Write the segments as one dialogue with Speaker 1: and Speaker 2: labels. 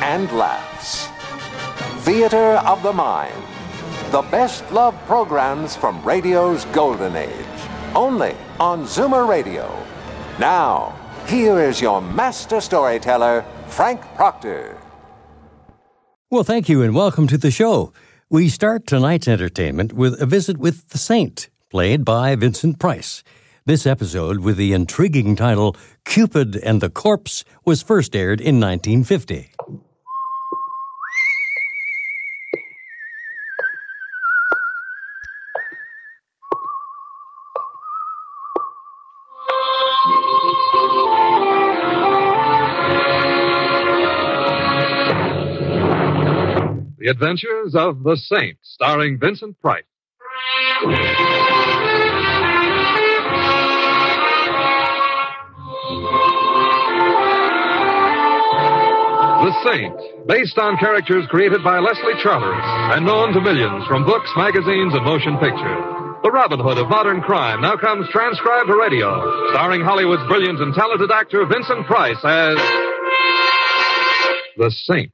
Speaker 1: and laughs. Theater of the Mind. The best love programs from radio's golden age. Only on Zoomer Radio. Now, here is your master storyteller, Frank Proctor.
Speaker 2: Well, thank you and welcome to the show. We start tonight's entertainment with a visit with the Saint, played by Vincent Price. This episode, with the intriguing title Cupid and the Corpse, was first aired in 1950.
Speaker 3: The Adventures of the Saint, starring Vincent Price. The Saint, based on characters created by Leslie Charteris and known to millions from books, magazines, and motion pictures. The Robin Hood of modern crime now comes transcribed to radio, starring Hollywood's brilliant and talented actor Vincent Price as The Saint.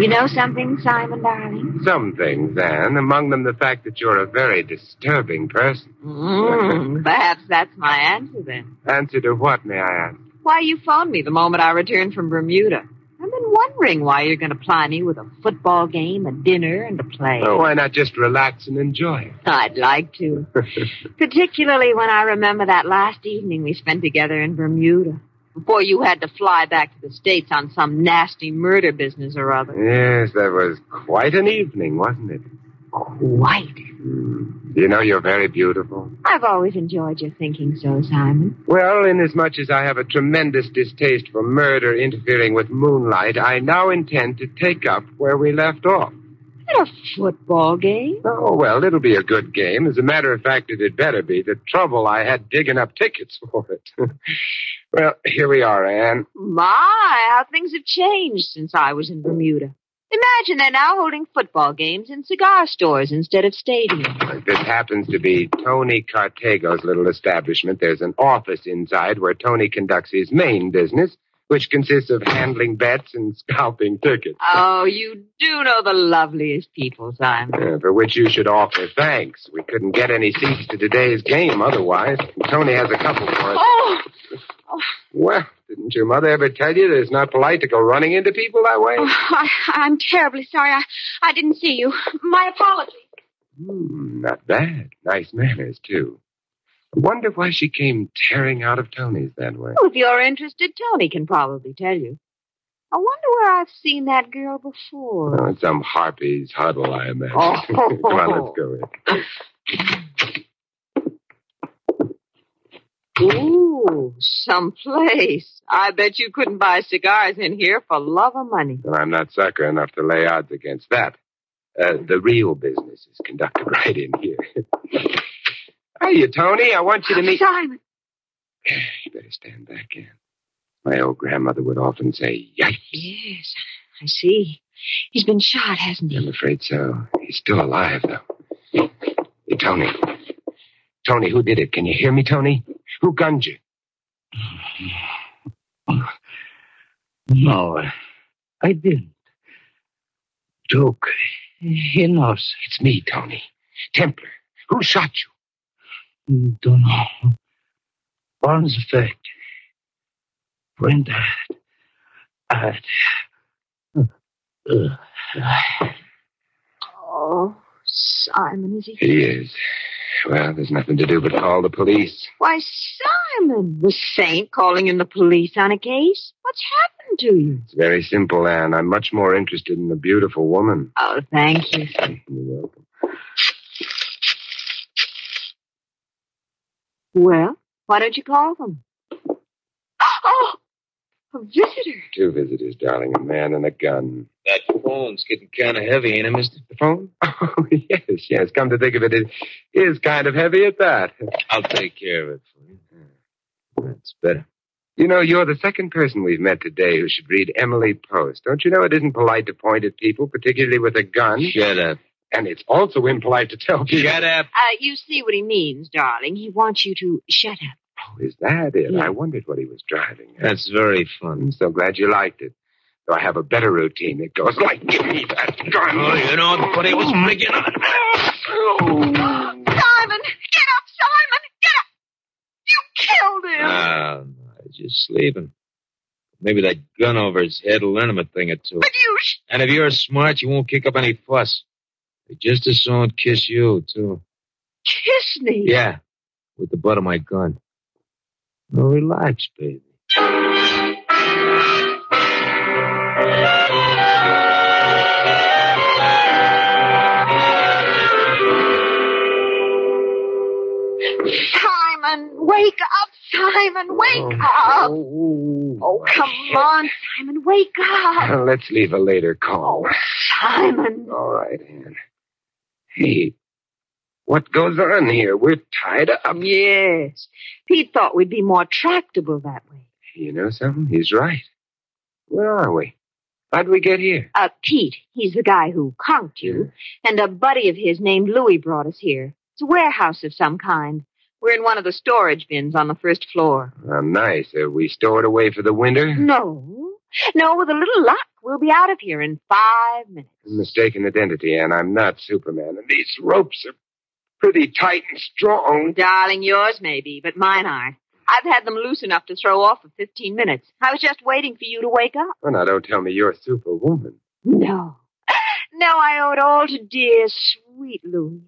Speaker 4: You know something, Simon, darling?
Speaker 5: Some things, Anne. Among them, the fact that you're a very disturbing person.
Speaker 4: Mm, perhaps that's my answer then.
Speaker 5: Answer to what, may I ask?
Speaker 4: Why you phoned me the moment I returned from Bermuda. I've been wondering why you're going to ply me with a football game, a dinner, and a play.
Speaker 5: Oh, why not just relax and enjoy
Speaker 4: I'd like to.
Speaker 5: it?
Speaker 4: Particularly when I remember that last evening we spent together in Bermuda. Before you had to fly back to the States on some nasty murder business or other.
Speaker 5: yes, that was quite an evening, wasn't it? Hmm.
Speaker 4: Quite.
Speaker 5: You know, you're very beautiful.
Speaker 4: I've always enjoyed your thinking so, Simon.
Speaker 5: Well, inasmuch as I have a tremendous distaste for murder interfering with moonlight, I now intend to take up where we left off.
Speaker 4: At a football game?
Speaker 5: Oh, well, it'll be a good game. As a matter of fact, it had better be. The trouble I had digging up tickets for it. well, here we are, Anne.
Speaker 4: My, how things have changed since I was in Bermuda. Imagine they're now holding football games in cigar stores instead of stadiums.
Speaker 5: This happens to be Tony Cartago's little establishment. There's an office inside where Tony conducts his main business, which consists of handling bets and scalping tickets.
Speaker 4: Oh, you do know the loveliest people, Simon.
Speaker 5: Uh, for which you should offer thanks. We couldn't get any seats to today's game otherwise. And Tony has a couple for us.
Speaker 4: Oh,
Speaker 5: Well, didn't your mother ever tell you that it's not polite to go running into people that way?
Speaker 6: I, I'm terribly sorry. I, I didn't see you. My apologies.
Speaker 5: Hmm, not bad. Nice manners, too. I wonder why she came tearing out of Tony's that way.
Speaker 4: well, if you're interested, Tony can probably tell you. I wonder where I've seen that girl before.
Speaker 5: Oh, it's some harpy's huddle, I imagine.
Speaker 4: Oh.
Speaker 5: Come on, let's go in.
Speaker 4: Ooh, someplace. I bet you couldn't buy cigars in here for love or money.
Speaker 5: Well, I'm not sucker enough to lay odds against that. Uh, the real business is conducted right in here. Hiya, Tony. I want you to meet.
Speaker 6: Simon.
Speaker 5: You better stand back in. My old grandmother would often say, Yikes.
Speaker 4: Yes, I see. He's been shot, hasn't
Speaker 5: I'm
Speaker 4: he?
Speaker 5: afraid so. He's still alive, though. Hey, Tony. Tony, who did it? Can you hear me, Tony? Who gunned you?
Speaker 7: No, I didn't. Duke, he knows.
Speaker 5: It's me, Tony. Templar. Who shot you?
Speaker 7: Don't know. Barnes effect. Brenda. Uh, uh,
Speaker 4: Oh, Simon, is he?
Speaker 5: He is. Well, there's nothing to do but call the police.
Speaker 4: Why, Simon, the saint calling in the police on a case? What's happened to you?
Speaker 5: It's very simple, Anne. I'm much more interested in the beautiful woman.
Speaker 4: Oh, thank you.
Speaker 5: You're welcome.
Speaker 4: Well, Why don't you call them? Oh, a visitor.
Speaker 5: Two visitors, darling, a man and a gun.
Speaker 8: That phone's getting kind of heavy, ain't it, mister?
Speaker 5: The phone? Oh, yes, yes. Come to think of it, it is kind of heavy at that.
Speaker 8: I'll take care of it for you. That's better.
Speaker 5: You know, you're the second person we've met today who should read Emily Post. Don't you know it isn't polite to point at people, particularly with a gun?
Speaker 8: Shut up.
Speaker 5: And it's also impolite to tell people.
Speaker 8: Shut up.
Speaker 4: Uh, you see what he means, darling. He wants you to shut up.
Speaker 5: Oh, is that it?
Speaker 4: Yeah.
Speaker 5: I wondered what he was driving at.
Speaker 8: That's very
Speaker 5: I'm
Speaker 8: fun.
Speaker 5: so glad you liked it. Though I have a better routine that goes like, give me that gun.
Speaker 8: Oh, you know, but it was making
Speaker 6: Simon! Get up, Simon! Get up! You killed him!
Speaker 8: Ah, no, he's just sleeping. Maybe that gun over his head will learn him a thing or two.
Speaker 6: but you sh-
Speaker 8: And if you're smart, you won't kick up any fuss. They just as soon kiss you, too.
Speaker 4: Kiss me.
Speaker 8: Yeah, with the butt of my gun. Now relax, baby.
Speaker 4: Simon, wake up, Simon, wake up.
Speaker 5: Oh,
Speaker 4: Oh, come on, Simon, wake up.
Speaker 5: Let's leave a later call.
Speaker 4: Oh, Simon.
Speaker 5: All right, Anne. Hey, what goes on here? We're tied up.
Speaker 4: Yes. Pete thought we'd be more tractable that way.
Speaker 5: You know something? He's right. Where are we? How'd we get here?
Speaker 4: Uh, Pete, he's the guy who conked you, and a buddy of his named Louis brought us here. It's a warehouse of some kind. We're in one of the storage bins on the first floor.
Speaker 5: Oh, nice. Are we stored away for the winter?
Speaker 4: No. No, with a little luck, we'll be out of here in five minutes.
Speaker 5: Mistaken identity, Anne. I'm not Superman. And these ropes are pretty tight and strong.
Speaker 4: Darling, yours maybe, but mine aren't. I've had them loose enough to throw off for 15 minutes. I was just waiting for you to wake up.
Speaker 5: Oh, now don't tell me you're Superwoman.
Speaker 4: No. No, I owe it all to dear, sweet Louis.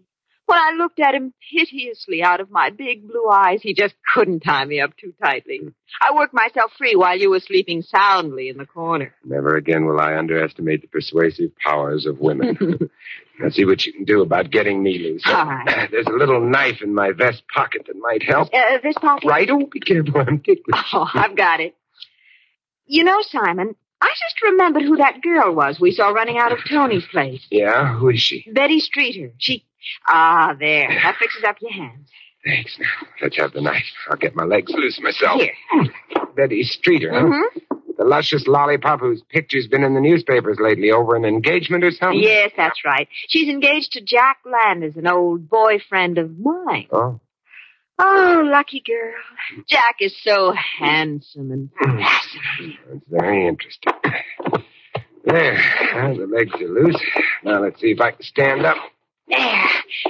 Speaker 4: When I looked at him piteously out of my big blue eyes, he just couldn't tie me up too tightly. I worked myself free while you were sleeping soundly in the corner.
Speaker 5: Never again will I underestimate the persuasive powers of women. now see what you can do about getting me loose.
Speaker 4: All right.
Speaker 5: There's a little knife in my vest pocket that might help.
Speaker 4: Uh, this pocket?
Speaker 5: Right? Oh, be careful. I'm ticklish.
Speaker 4: Oh, I've got it. You know, Simon, I just remembered who that girl was we saw running out of Tony's place.
Speaker 5: Yeah, who is she?
Speaker 4: Betty Streeter. She. Ah, there. That fixes up your hands.
Speaker 5: Thanks. Now, let's have the knife. I'll get my legs loose myself. Hmm.
Speaker 4: Here.
Speaker 5: Betty Streeter, huh?
Speaker 4: Mm-hmm.
Speaker 5: The luscious lollipop whose picture's been in the newspapers lately over an engagement or something?
Speaker 4: Yes, that's right. She's engaged to Jack Landers, an old boyfriend of mine.
Speaker 5: Oh,
Speaker 4: Oh, lucky girl. Jack is so handsome and fascinating.
Speaker 5: that's very interesting. There. Now the legs are loose. Now let's see if I can stand up.
Speaker 4: There.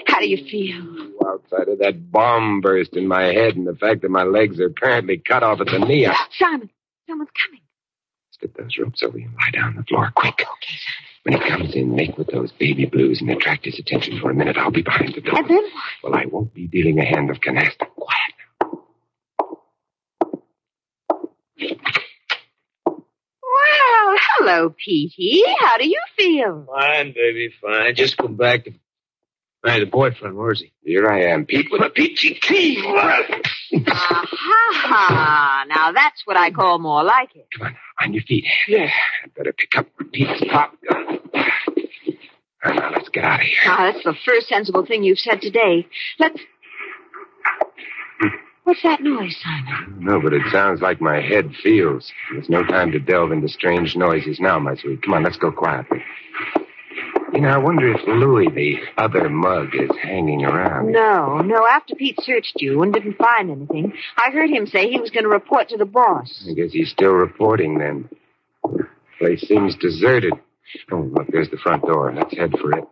Speaker 4: How do you feel?
Speaker 5: outside of that bomb burst in my head and the fact that my legs are apparently cut off at the knee. I
Speaker 4: Simon, someone's coming.
Speaker 5: slip those ropes over you and lie down on the floor quick. Okay. When he comes in, make with those baby blues and attract his attention for a minute. I'll be behind the door.
Speaker 4: And then what?
Speaker 5: Well, I won't be dealing a hand of canasta. Quiet.
Speaker 4: Well, hello, Petey. How do you feel?
Speaker 8: Fine, baby, fine. Just come back to. Hey, the boyfriend, where is he?
Speaker 5: Here I am, Pete, with a peachy key.
Speaker 4: Aha! Now that's what I call more like it.
Speaker 5: Come on, on your feet. Yeah. Better pick up Pete's pop gun. Now, now, let's get out of here.
Speaker 4: Ah, that's the first sensible thing you've said today. Let's. What's that noise, Simon?
Speaker 5: No, but it sounds like my head feels. There's no time to delve into strange noises now, my sweet. Come on, let's go quietly. You know, I wonder if Louis, the other mug, is hanging around.
Speaker 4: No, no. After Pete searched you and didn't find anything, I heard him say he was going to report to the boss.
Speaker 5: I guess he's still reporting then. Place seems deserted. Oh, look, there's the front door. Let's head for it.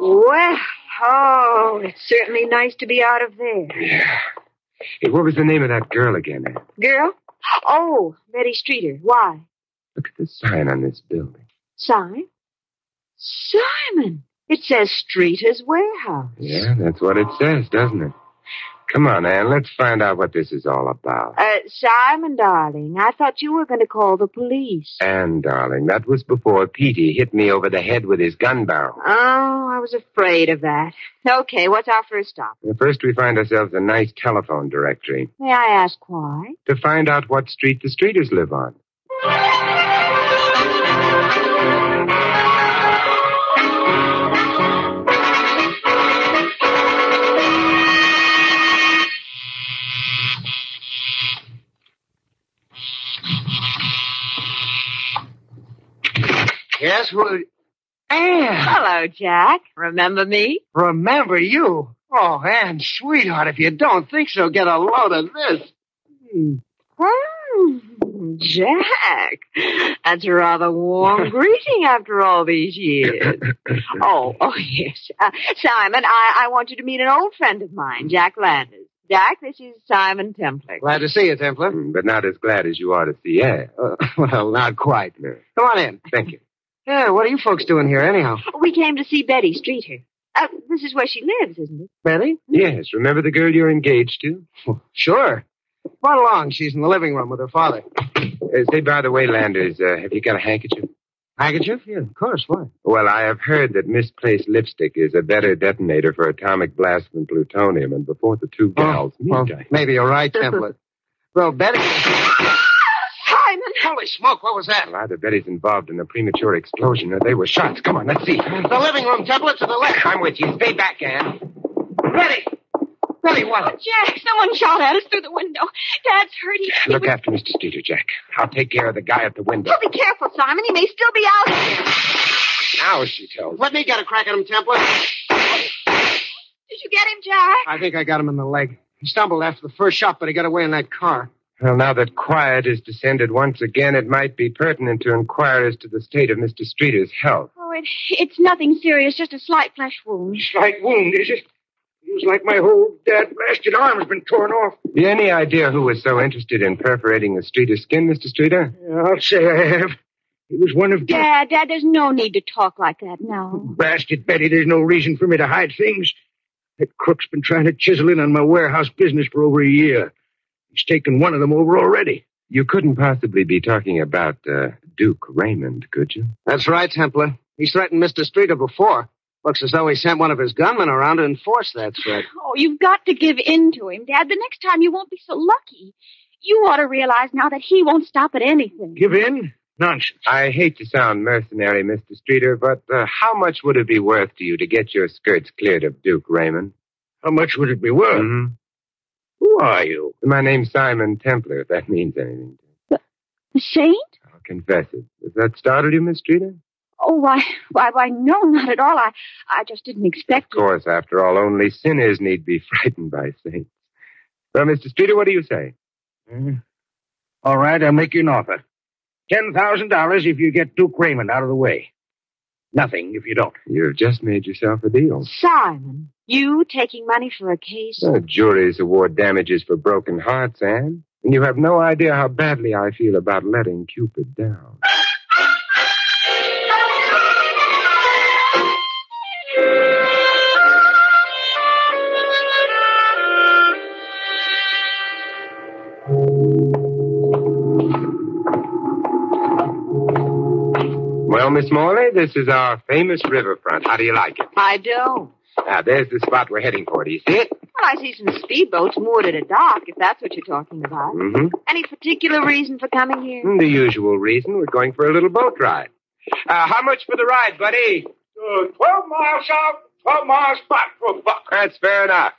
Speaker 4: Well, oh, it's certainly nice to be out of there.
Speaker 5: Yeah. Hey, what was the name of that girl again? Ann?
Speaker 4: Girl? Oh, Betty Streeter. Why?
Speaker 5: Look at the sign on this building.
Speaker 4: Sign? Simon! It says Streeter's Warehouse.
Speaker 5: Yeah, that's what it says, doesn't it? Come on, Ann. Let's find out what this is all about.
Speaker 4: Uh, Simon, darling, I thought you were going to call the police.
Speaker 5: Ann, darling, that was before Petey hit me over the head with his gun barrel.
Speaker 4: Oh, I was afraid of that. Okay, what's our first stop?
Speaker 5: Well, First, we find ourselves a nice telephone directory
Speaker 4: May I ask why?
Speaker 5: to find out what street the streeters live on.
Speaker 9: Yes, well, Anne,
Speaker 4: Hello, Jack. Remember me?
Speaker 9: remember you. Oh, Anne, sweetheart, if you don't think so, get a load of this.
Speaker 4: Hmm, Jack. That's a rather warm greeting after all these years. Oh, oh yes. Uh, Simon, I, I want you to meet an old friend of mine, Jack Landers. Jack, this is Simon Templick.
Speaker 9: Glad to see you, Templar.
Speaker 5: Hmm, But not as glad as you are to see Ann.
Speaker 9: Uh, well, not quite.
Speaker 5: No,
Speaker 9: Come on in.
Speaker 5: thank you.
Speaker 4: Oh,
Speaker 9: Yeah, what are you folks doing here, anyhow?
Speaker 4: We came to see Betty Streeter. Uh, this is where she lives, isn't it?
Speaker 9: Betty?
Speaker 5: Yes, remember the girl you're engaged to?
Speaker 9: Sure. Run along. She's in the living room with her father.
Speaker 5: Uh, say, by the way, Landers, uh, have you got a handkerchief?
Speaker 9: Handkerchief? Yeah, of course. Why?
Speaker 5: Well, I have heard that misplaced lipstick is a better detonator for atomic blast than plutonium, and before the two gals meet,
Speaker 9: Oh, Well,
Speaker 5: I-
Speaker 9: maybe you're right, Templar. well, Betty.
Speaker 4: Simon!
Speaker 9: Holy smoke, what was that?
Speaker 5: Well, either Betty's involved in a premature explosion or they were shots. Come on, let's see.
Speaker 9: The living room, Templar, to the left. I'm with you. Stay back, Anne. Betty! Betty, what?
Speaker 4: Jack, someone shot at us through the window. Dad's hurt. He, he
Speaker 5: Look
Speaker 4: was...
Speaker 5: after Mr. Streeter, Jack. I'll take care of the guy at the window.
Speaker 4: Oh, be careful, Simon. He may still be out here.
Speaker 5: Now she tells.
Speaker 9: Let me get a crack at him, Templar.
Speaker 4: Did you get him, Jack?
Speaker 9: I think I got him in the leg. He stumbled after the first shot, but he got away in that car.
Speaker 5: Well, now that quiet has descended once again, it might be pertinent to inquire as to the state of Mr. Streeter's health.
Speaker 4: Oh, it, it's nothing serious, just a slight flesh wound.
Speaker 5: Slight wound, is it? Feels like my whole dad blasted arm has been torn off. You any idea who was so interested in perforating the Streeter's skin, Mr. Streeter?
Speaker 9: I'll say I have. It was one of
Speaker 4: Dad, Dad, there's no need to talk like that now.
Speaker 9: Blasted Betty, there's no reason for me to hide things. That crook's been trying to chisel in on my warehouse business for over a year. He's taken one of them over already.
Speaker 5: You couldn't possibly be talking about uh, Duke Raymond, could you?
Speaker 9: That's right, Templar. He's threatened Mr. Streeter before. Looks as though he sent one of his gunmen around to enforce that threat.
Speaker 4: Oh, you've got to give in to him, Dad. The next time you won't be so lucky. You ought to realize now that he won't stop at anything.
Speaker 9: Give in? Nonsense.
Speaker 5: I hate to sound mercenary, Mr. Streeter, but uh, how much would it be worth to you to get your skirts cleared of Duke Raymond?
Speaker 9: How much would it be worth?
Speaker 5: Mhm.
Speaker 9: Who are you?
Speaker 5: My name's Simon Templar, if that means anything.
Speaker 4: The saint?
Speaker 5: I'll confess it. Does that startle you, Miss Streeter?
Speaker 4: Oh, why, why, why, no, not at all. I, I just didn't expect
Speaker 5: Of course, after all, only sinners need be frightened by saints. Well, Mr. Uh, Streeter, what do you say?
Speaker 9: Uh, All right, I'll make you an offer. $10,000 if you get Duke Raymond out of the way. Nothing if you don't.
Speaker 5: You've just made yourself a deal.
Speaker 4: Simon, you taking money for a case?
Speaker 5: Uh, juries award damages for broken hearts, Anne. And you have no idea how badly I feel about letting Cupid down. Well, Miss Morley, this is our famous riverfront. How do you like it?
Speaker 4: I don't.
Speaker 5: Now, Ah, there's the spot we're heading for. Do you see it?
Speaker 4: Well, I see some speedboats moored at a dock, if that's what you're talking about.
Speaker 5: Mm-hmm.
Speaker 4: Any particular reason for coming here?
Speaker 5: The usual reason. We're going for a little boat ride. Uh, how much for the ride, buddy?
Speaker 7: Uh, 12 miles out, 12 miles back for a buck.
Speaker 5: That's fair enough.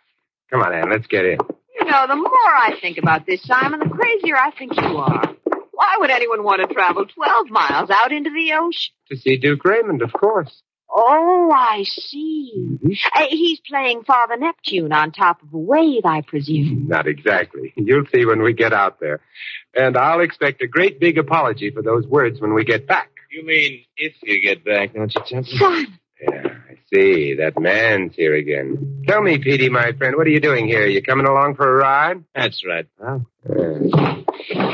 Speaker 5: Come on, Ann, let's get in.
Speaker 4: You know, the more I think about this, Simon, the crazier I think you are. Why would anyone want to travel 12 miles out into the ocean?
Speaker 5: To see Duke Raymond, of course.
Speaker 4: Oh, I see. Uh, he's playing Father Neptune on top of a wave, I presume.
Speaker 5: Not exactly. You'll see when we get out there. And I'll expect a great big apology for those words when we get back.
Speaker 8: You mean if you get back, don't you, Templar?
Speaker 4: Simon,
Speaker 5: Yeah, I see. That man's here again. Tell me, Petey, my friend, what are you doing here? You coming along for a ride?
Speaker 8: That's right. pal.
Speaker 5: Uh,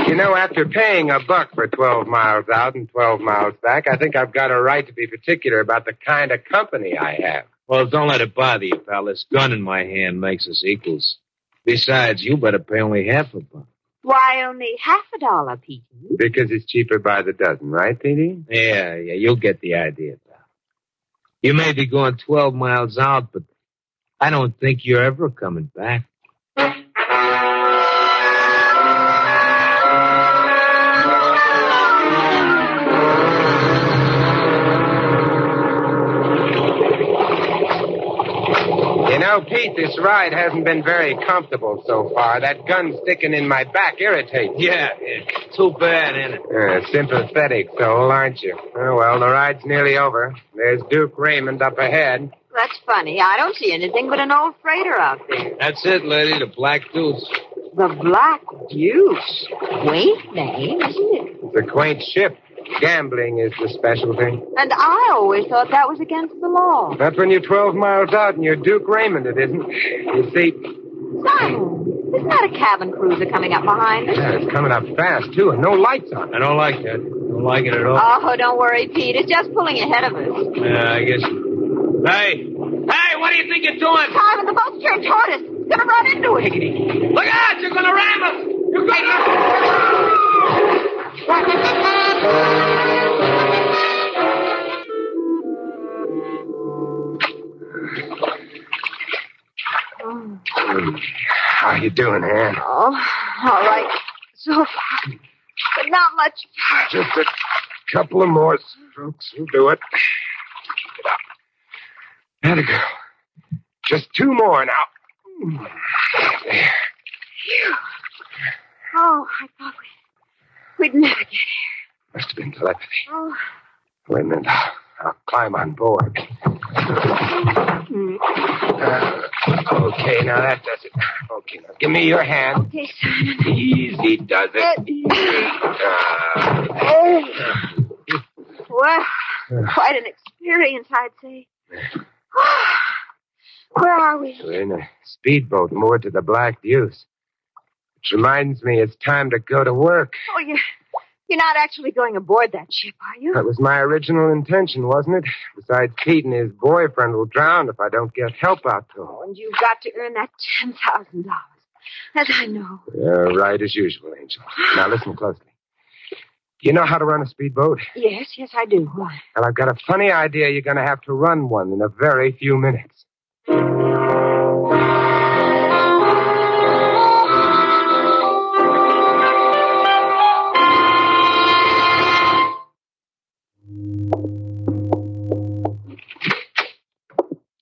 Speaker 5: you know, after paying a buck for 12 miles out and 12 miles back, I think I've got a right to be particular about the kind of company I have.
Speaker 8: Well, don't let it bother you, pal. This gun in my hand makes us equals. Besides, you better pay only half a buck.
Speaker 4: Why only half a dollar, Pete?
Speaker 5: Because it's cheaper by the dozen, right, Petey?
Speaker 8: Yeah, yeah, you'll get the idea, pal. You may be going 12 miles out, but I don't think you're ever coming back.
Speaker 5: You know, Pete, this ride hasn't been very comfortable so far. That gun sticking in my back irritates. me.
Speaker 8: Yeah, too bad, isn't it?
Speaker 5: Uh, sympathetic soul, aren't you? Oh, well, the ride's nearly over. There's Duke Raymond up ahead.
Speaker 4: That's funny. I don't see anything but an old freighter out there.
Speaker 8: That's it, lady, the Black Deuce.
Speaker 4: The Black Deuce. Quaint name, isn't it?
Speaker 5: It's a quaint ship. Gambling is the specialty.
Speaker 4: And I always thought that was against the law.
Speaker 5: That's when you're 12 miles out and you're Duke Raymond, it isn't. You see,
Speaker 4: Simon, isn't that a cabin cruiser coming up behind us?
Speaker 5: yeah, it's coming up fast, too, and no lights on.
Speaker 8: I don't like that. Don't like it at all.
Speaker 4: Oh, don't worry, Pete. It's just pulling ahead of us.
Speaker 8: Yeah, Uh, I guess. Hey! Hey, what do you think you're doing?
Speaker 4: Simon, the boat's turned toward us. It's going to run into us.
Speaker 8: Look out! You're gonna ram us! You're gonna.
Speaker 5: How you doing, Ann?
Speaker 4: Oh, all right. So far. But not much.
Speaker 5: Just a couple of more strokes will do it. Get up. There go. Just two more now. Hmm. There.
Speaker 4: Oh, I thought we'd, we'd never get it.
Speaker 5: Must have been telepathy.
Speaker 4: Oh,
Speaker 5: Wait a minute. I'll, I'll climb on board. Uh, okay, now that does it. Okay, now give me your hand.
Speaker 4: okay, Simon.
Speaker 5: Easy does it. Uh,
Speaker 4: Well, quite an experience, I'd say. Where are we?
Speaker 5: We're in a speedboat moored to the Black Deuce. Which reminds me, it's time to go to work.
Speaker 4: Oh, you're, you're not actually going aboard that ship, are you?
Speaker 5: That was my original intention, wasn't it? Besides, Pete and his boyfriend will drown if I don't get help out to them.
Speaker 4: And you've got to earn that $10,000. As I know.
Speaker 5: Yeah, right as usual, Angel. Now listen closely. You know how to run a speedboat?
Speaker 4: Yes, yes, I do.
Speaker 5: And I've got a funny idea you're going to have to run one in a very few minutes.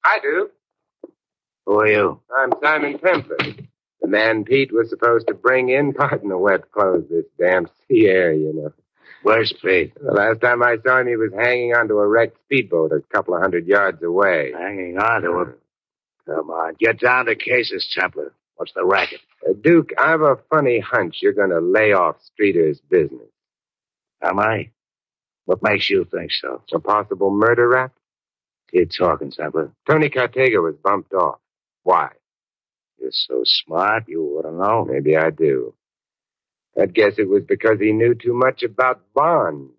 Speaker 5: I do.
Speaker 8: Who are you?
Speaker 5: I'm Simon Pemberton. The man Pete was supposed to bring in. Pardon the wet clothes, this damn sea air, you know.
Speaker 8: Where's Pete?
Speaker 5: The last time I saw him, he was hanging onto a wrecked speedboat a couple of hundred yards away.
Speaker 8: Hanging on to him. Come on, get down to Case's Templar. What's the racket?
Speaker 5: Uh, Duke, I've a funny hunch you're going to lay off Streeter's business.
Speaker 8: Am I? What makes you think so?
Speaker 5: A possible murder rap?
Speaker 8: Keep talking, Templar.
Speaker 5: Tony Cartega was bumped off. Why?
Speaker 8: You're so smart, you ought to know.
Speaker 5: Maybe I do. I'd guess it was because he knew too much about bonds.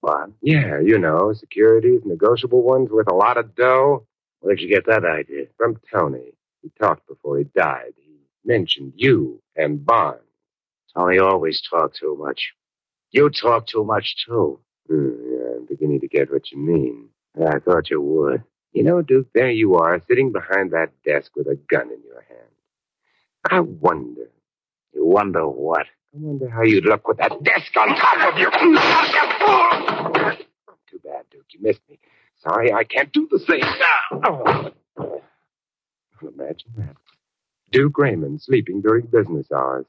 Speaker 8: What?
Speaker 5: Yeah, you know, securities, negotiable ones with a lot of dough.
Speaker 8: Where'd you get that idea?
Speaker 5: From Tony. He talked before he died. He mentioned you and bonds.
Speaker 8: Tony always talked too much. You talk too much, too.
Speaker 5: Hmm, yeah, I'm beginning to get what you mean.
Speaker 8: I thought you would.
Speaker 5: You know, Duke, there you are, sitting behind that desk with a gun in your hand. I wonder.
Speaker 8: You wonder what?
Speaker 5: I wonder how you'd look with that desk on top of you. Too bad, Duke. You missed me. Sorry, I can't do the same. Ah, Oh. Imagine that. Duke Raymond sleeping during business hours.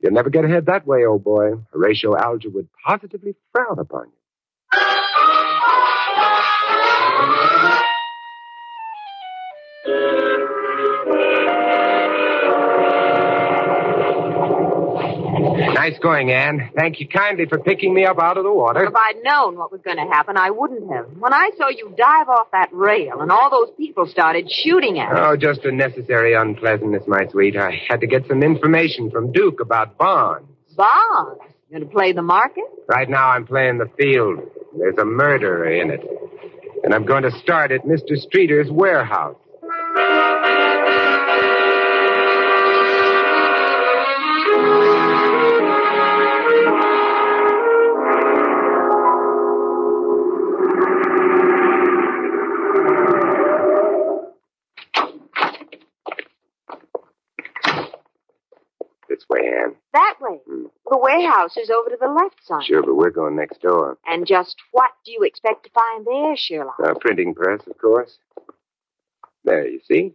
Speaker 5: You'll never get ahead that way, old boy. Horatio Alger would positively frown upon you. Nice going, Anne. Thank you kindly for picking me up out of the water.
Speaker 4: If I'd known what was going to happen, I wouldn't have. When I saw you dive off that rail and all those people started shooting at us.
Speaker 5: Oh, just a necessary unpleasantness, my sweet. I had to get some information from Duke about bonds.
Speaker 4: Bonds. You going to play the market?
Speaker 5: Right now, I'm playing the field. There's a murderer in it. And I'm going to start at Mr. Streeter's warehouse. this way, Ann.
Speaker 4: That way. The warehouse is over to the left side.
Speaker 5: Sure, but we're going next door.
Speaker 4: And just what do you expect to find there, Sherlock?
Speaker 5: A Uh, printing press, of course. There, you see?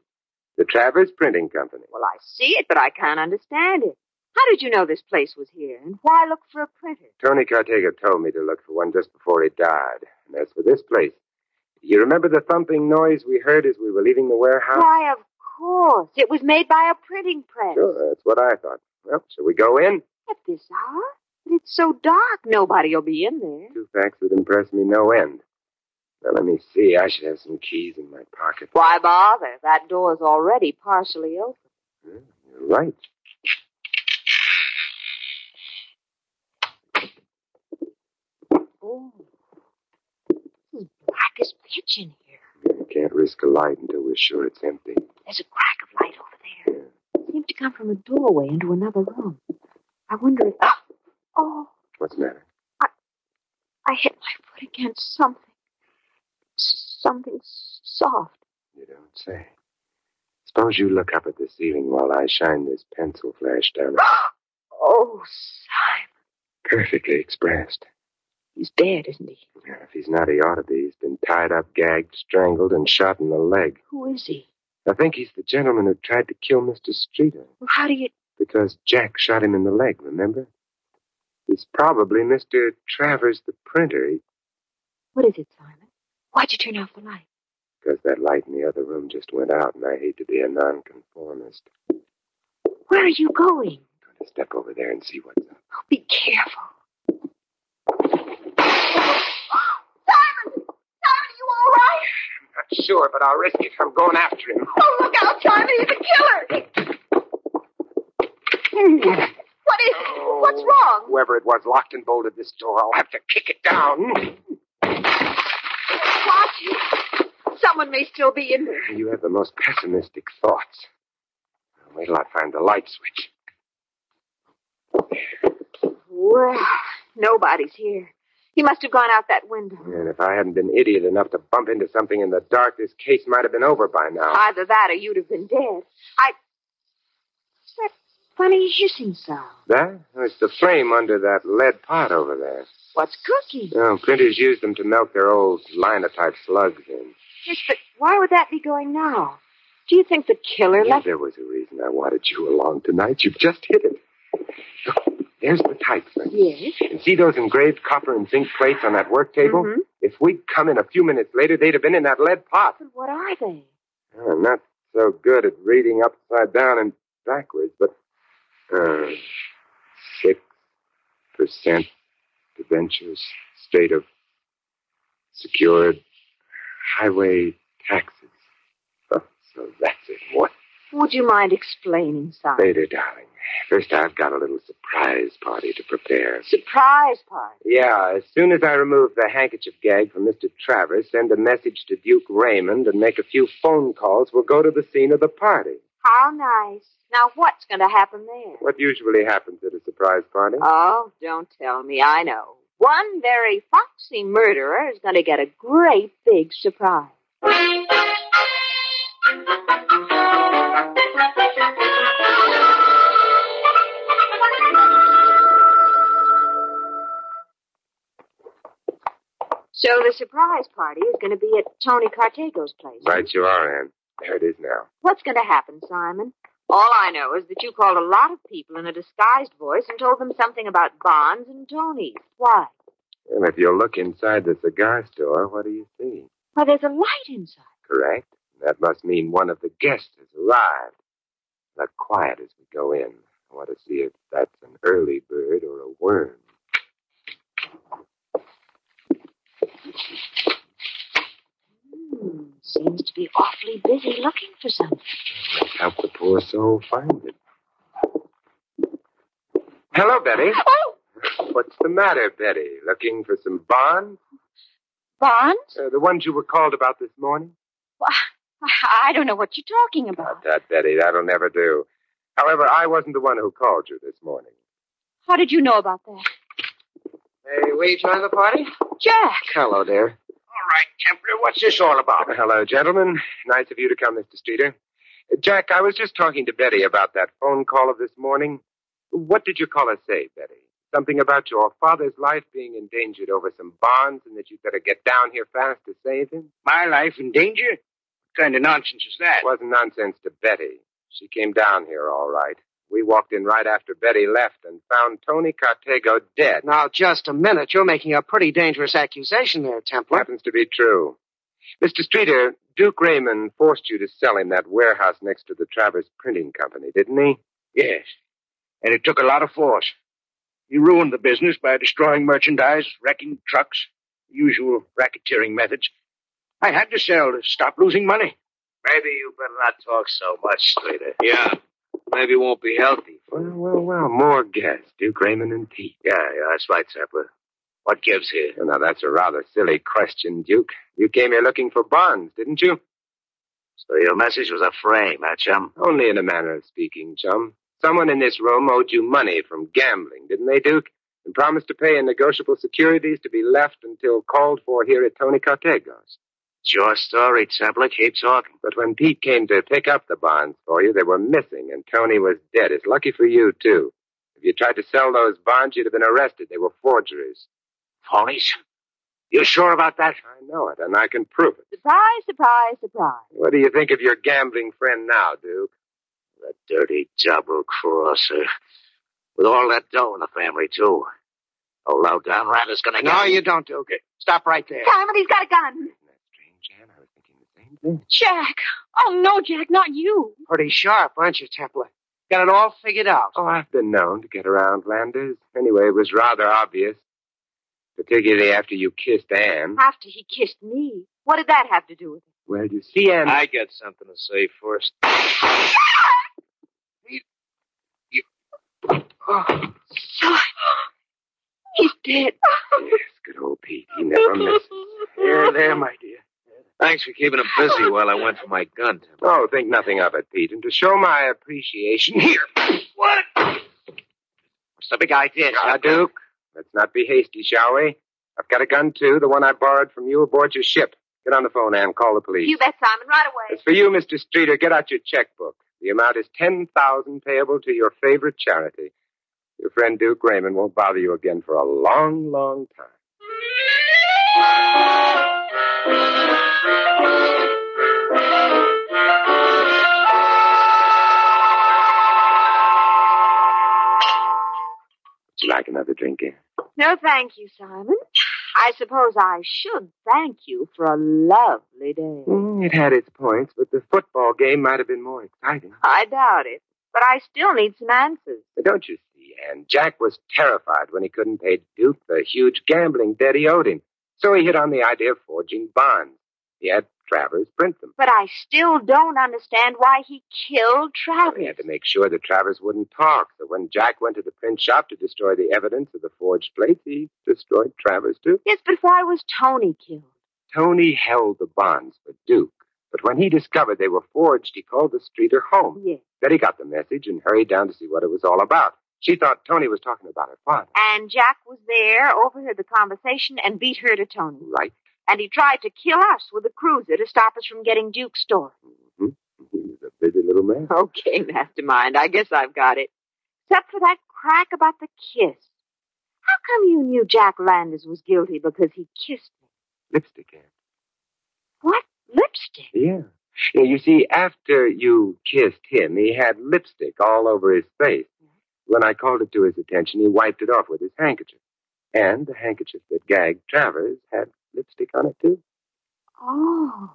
Speaker 5: The Travers Printing Company.
Speaker 4: Well, I see it, but I can't understand it. How did you know this place was here, and why look for a printer?
Speaker 5: Tony Cartega told me to look for one just before he died. And as for this place, you remember the thumping noise we heard as we were leaving the warehouse?
Speaker 4: Why, of course. It was made by a printing press.
Speaker 5: Sure, that's what I thought. Well, shall we go in?
Speaker 4: At this hour? But it's so dark, nobody'll be in there.
Speaker 5: Two facts that impress me no end. Now, let me see. I should have some keys in my pocket.
Speaker 4: Why bother? That door's already partially open.
Speaker 5: You're right.
Speaker 4: Oh. This is black as pitch in here.
Speaker 5: You can't risk a light until we're sure it's empty.
Speaker 4: There's a crack of light over there. It seemed to come from a doorway into another room. I wonder if. Oh,
Speaker 5: What's the matter?
Speaker 4: I hit my foot against something. S- something s- soft.
Speaker 5: You don't say. Suppose you look up at the ceiling while I shine this pencil flash down.
Speaker 4: Oh,
Speaker 5: Perfectly expressed.
Speaker 4: He's dead, isn't he?
Speaker 5: If he's not, he ought to be. He's been tied up, gagged, strangled, and shot in the leg.
Speaker 4: who is he?
Speaker 5: I think he's the gentleman who tried to kill Mr. Streeter
Speaker 4: Well, how do you.
Speaker 5: because Jack shot him in the leg, remember? He's probably Mr. Travers the printer. He
Speaker 4: What is it, Simon? Why'd you turn off the light?
Speaker 5: Because that light in the other room just went out, and I hate to be a nonconformist.
Speaker 4: Where are you going?
Speaker 5: Just step over there and see what's up.
Speaker 4: Oh, be careful.
Speaker 6: Simon! Simon, are you all right?
Speaker 5: Not sure, but I'll risk it. I'm going after him.
Speaker 6: Oh, look out, Simon. He's a killer. What is it? What's wrong?
Speaker 5: Whoever it was locked and bolted this door. I'll have to kick it down.
Speaker 4: Watch it. Someone may still be in there.
Speaker 5: You have the most pessimistic thoughts. Now, Wait till I find the light switch.
Speaker 4: Well, nobody's here. He must have gone out that window.
Speaker 5: And if I hadn't been idiot enough to bump into something in the dark, this case might have been over by now.
Speaker 4: Either that or you'd have been dead. I. What's that funny hissing sound?
Speaker 5: That? Oh, It's the flame under that lead pot over there.
Speaker 4: What's cooking?
Speaker 5: Oh, printers use them to melt their old linotype slugs in.
Speaker 4: Yes, but why would that be going now? Do you think the killer
Speaker 5: Yeah,
Speaker 4: left?
Speaker 5: there was a reason I wanted you along tonight. You've just hit it. Look, there's the type.
Speaker 4: Yes.
Speaker 5: And see those engraved copper and zinc plates on that work table?
Speaker 4: Mhm.
Speaker 5: If we'd come in a few minutes later, they'd have been in that lead pot.
Speaker 4: But what are they?
Speaker 5: I'm Uh, not so good at reading upside down and backwards, but uh, six percent debentures, state of secured highway taxes. Oh, so that's it. What
Speaker 4: Would you mind explaining, Simon?
Speaker 5: later, darling? First, I've got a little surprise party to prepare.
Speaker 4: Surprise party.
Speaker 5: Yeah, as soon as I remove the handkerchief gag from Mr. Travers, send a message to Duke Raymond, and make a few phone calls, we'll go to the scene of the party.
Speaker 4: How nice. Now, what's going to happen there?
Speaker 5: What usually happens at a surprise party?
Speaker 4: Oh, don't tell me. I know. One very foxy murderer is going to get a great big surprise. So the surprise party is going to be at Tony Cartago's place.
Speaker 5: Right you are, Ann. There it is now.
Speaker 4: What's going to happen, Simon? All I know is that you called a lot of people in a disguised voice and told them something about Bonds and Tony. Why?
Speaker 5: And if you look inside the cigar store, what do you see?
Speaker 4: Well, there's a light inside.
Speaker 5: Correct. That must mean one of the guests has arrived. Look quiet as we go in. I want to see if that's an early bird or a worm.
Speaker 4: Hmm, seems to be awfully busy looking for something.
Speaker 5: Let's help the poor soul find it. Hello, Betty.
Speaker 4: Oh,
Speaker 5: What's the matter, Betty? Looking for some bonds?
Speaker 4: Bonds?
Speaker 5: Uh, the ones you were called about this morning?
Speaker 4: Why, I don't know what you're talking about.
Speaker 5: That, Betty, that'll never do. However, I wasn't the one who called you this morning.
Speaker 4: How did you know about that?
Speaker 5: Hey, we join the party?
Speaker 4: Jack!
Speaker 5: Hello, dear.
Speaker 9: Templar, what's this all about?
Speaker 5: Hello, gentlemen. Nice of you to come, Mr. Streeter. Uh, Jack, I was just talking to Betty about that phone call of this morning. What did your caller say, Betty? Something about your father's life being endangered over some bonds and that you'd better get down here fast to save him?
Speaker 9: My life in danger? What kind of nonsense is that?
Speaker 5: It wasn't nonsense to Betty. She came down here all right. We walked in right after Betty left and found Tony Cartago dead.
Speaker 10: Now, just a minute. You're making a pretty dangerous accusation there, Templar.
Speaker 5: Happens to be true. Mr. Streeter, Duke Raymond forced you to sell him that warehouse next to the Travers Printing Company, didn't he?
Speaker 9: Yes. And it took a lot of force. He ruined the business by destroying merchandise, wrecking trucks, the usual racketeering methods. I had to sell to stop losing money.
Speaker 8: Maybe you better not talk so much, Streeter. Yeah. Maybe it won't be healthy.
Speaker 5: Well, well, well, more guests. Duke Raymond and T.
Speaker 8: Yeah, yeah, that's right, Templar. What gives here?
Speaker 5: Now, that's a rather silly question, Duke. You came here looking for bonds, didn't you?
Speaker 8: So your message was a frame, huh, chum?
Speaker 5: Only in a manner of speaking, chum. Someone in this room owed you money from gambling, didn't they, Duke? And promised to pay in negotiable securities to be left until called for here at Tony Cartago's.
Speaker 8: It's your story, Templar. Keep talking.
Speaker 5: But when Pete came to pick up the bonds for you, they were missing, and Tony was dead. It's lucky for you, too. If you tried to sell those bonds, you'd have been arrested. They were forgeries.
Speaker 8: Phonies? You sure about that?
Speaker 5: I know it, and I can prove it.
Speaker 4: Surprise, surprise, surprise.
Speaker 5: What do you think of your gambling friend now, Duke?
Speaker 8: The dirty double crosser. With all that dough in the family, too. A low down rat is gonna get.
Speaker 10: No, you don't, Duke. Stop right there.
Speaker 4: Simon, he's got a gun.
Speaker 5: Jan, I was thinking the same thing.
Speaker 4: Jack. Oh, no, Jack, not you.
Speaker 10: Pretty sharp, aren't you, Templar? Got it all figured out.
Speaker 5: Oh, I've been known to get around Landers. Anyway, it was rather obvious. Particularly after you kissed Anne.
Speaker 4: After he kissed me. What did that have to do with it?
Speaker 5: Well, you see, Anne.
Speaker 8: I got something to say first.
Speaker 5: You- you-
Speaker 4: Oh, Simon. He's dead.
Speaker 5: Yes, good old Pete. He never missed.
Speaker 9: There, there, my dear.
Speaker 8: Thanks for keeping him busy while I went for my gun, Templar.
Speaker 5: Oh, think nothing of it, Pete. And to show my appreciation here.
Speaker 8: What? What's the big idea,
Speaker 5: Now, Ah, Duke, let's not be hasty, shall we? I've got a gun, too, the one I borrowed from you aboard your ship. Get on the phone, Ann. Call the police.
Speaker 4: You bet, Simon, right away.
Speaker 5: As for you, Mr. Streeter, get out your checkbook. The amount is 10000 payable to your favorite charity. Your friend Duke Raymond won't bother you again for a long, long time. Would you like another drink, Ann?
Speaker 4: No, thank you, Simon. I suppose I should thank you for a lovely day.
Speaker 5: Mm, it had its points, but the football game might have been more exciting.
Speaker 4: I doubt it, but I still need some answers.
Speaker 5: But don't you see, Anne? Jack was terrified when he couldn't pay Duke the huge gambling debt he owed him. So he hit on the idea of forging bonds. He had Travers print them.
Speaker 4: But I still don't understand why he killed Travis.
Speaker 5: He had to make sure that Travers wouldn't talk. So when Jack went to the print shop to destroy the evidence of the forged plates, he destroyed Travers too.
Speaker 4: Yes, but why was Tony killed?
Speaker 5: Tony held the bonds for Duke. But when he discovered they were forged, he called the streeter home.
Speaker 4: Yes.
Speaker 5: Betty got the message and hurried down to see what it was all about. She thought Tony was talking about her father.
Speaker 4: And Jack was there, overheard the conversation, and beat her to Tony.
Speaker 5: Right.
Speaker 4: And he tried to kill us with a cruiser to stop us from getting Duke's story.
Speaker 5: He was a busy little man.
Speaker 4: Okay, Mastermind, I guess I've got it. Except for that crack about the kiss. How come you knew Jack Landis was guilty because he kissed me?
Speaker 5: Lipstick, Anne.
Speaker 4: What lipstick?
Speaker 5: Yeah. Yeah, you see, after you kissed him, he had lipstick all over his face. When I called it to his attention, he wiped it off with his handkerchief. And the handkerchief that gagged Travers had lipstick on it, too.
Speaker 4: Oh.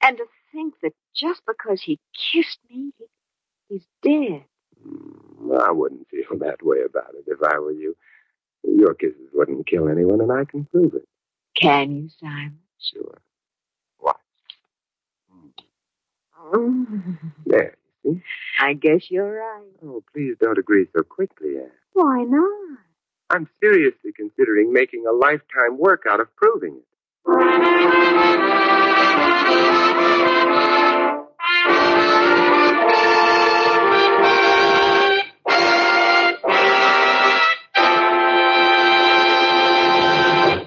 Speaker 4: And to think that just because he kissed me, he, he's dead.
Speaker 5: Hmm, I wouldn't feel that way about it if I were you. Your kisses wouldn't kill anyone, and I can prove it.
Speaker 4: Can you, Simon?
Speaker 5: Sure. What?
Speaker 4: Oh,
Speaker 5: Mm. There, you see?
Speaker 4: I guess you're right.
Speaker 5: Oh, please don't agree so quickly, Anne.
Speaker 4: Why not?
Speaker 5: I'm seriously considering making a lifetime work out of proving it.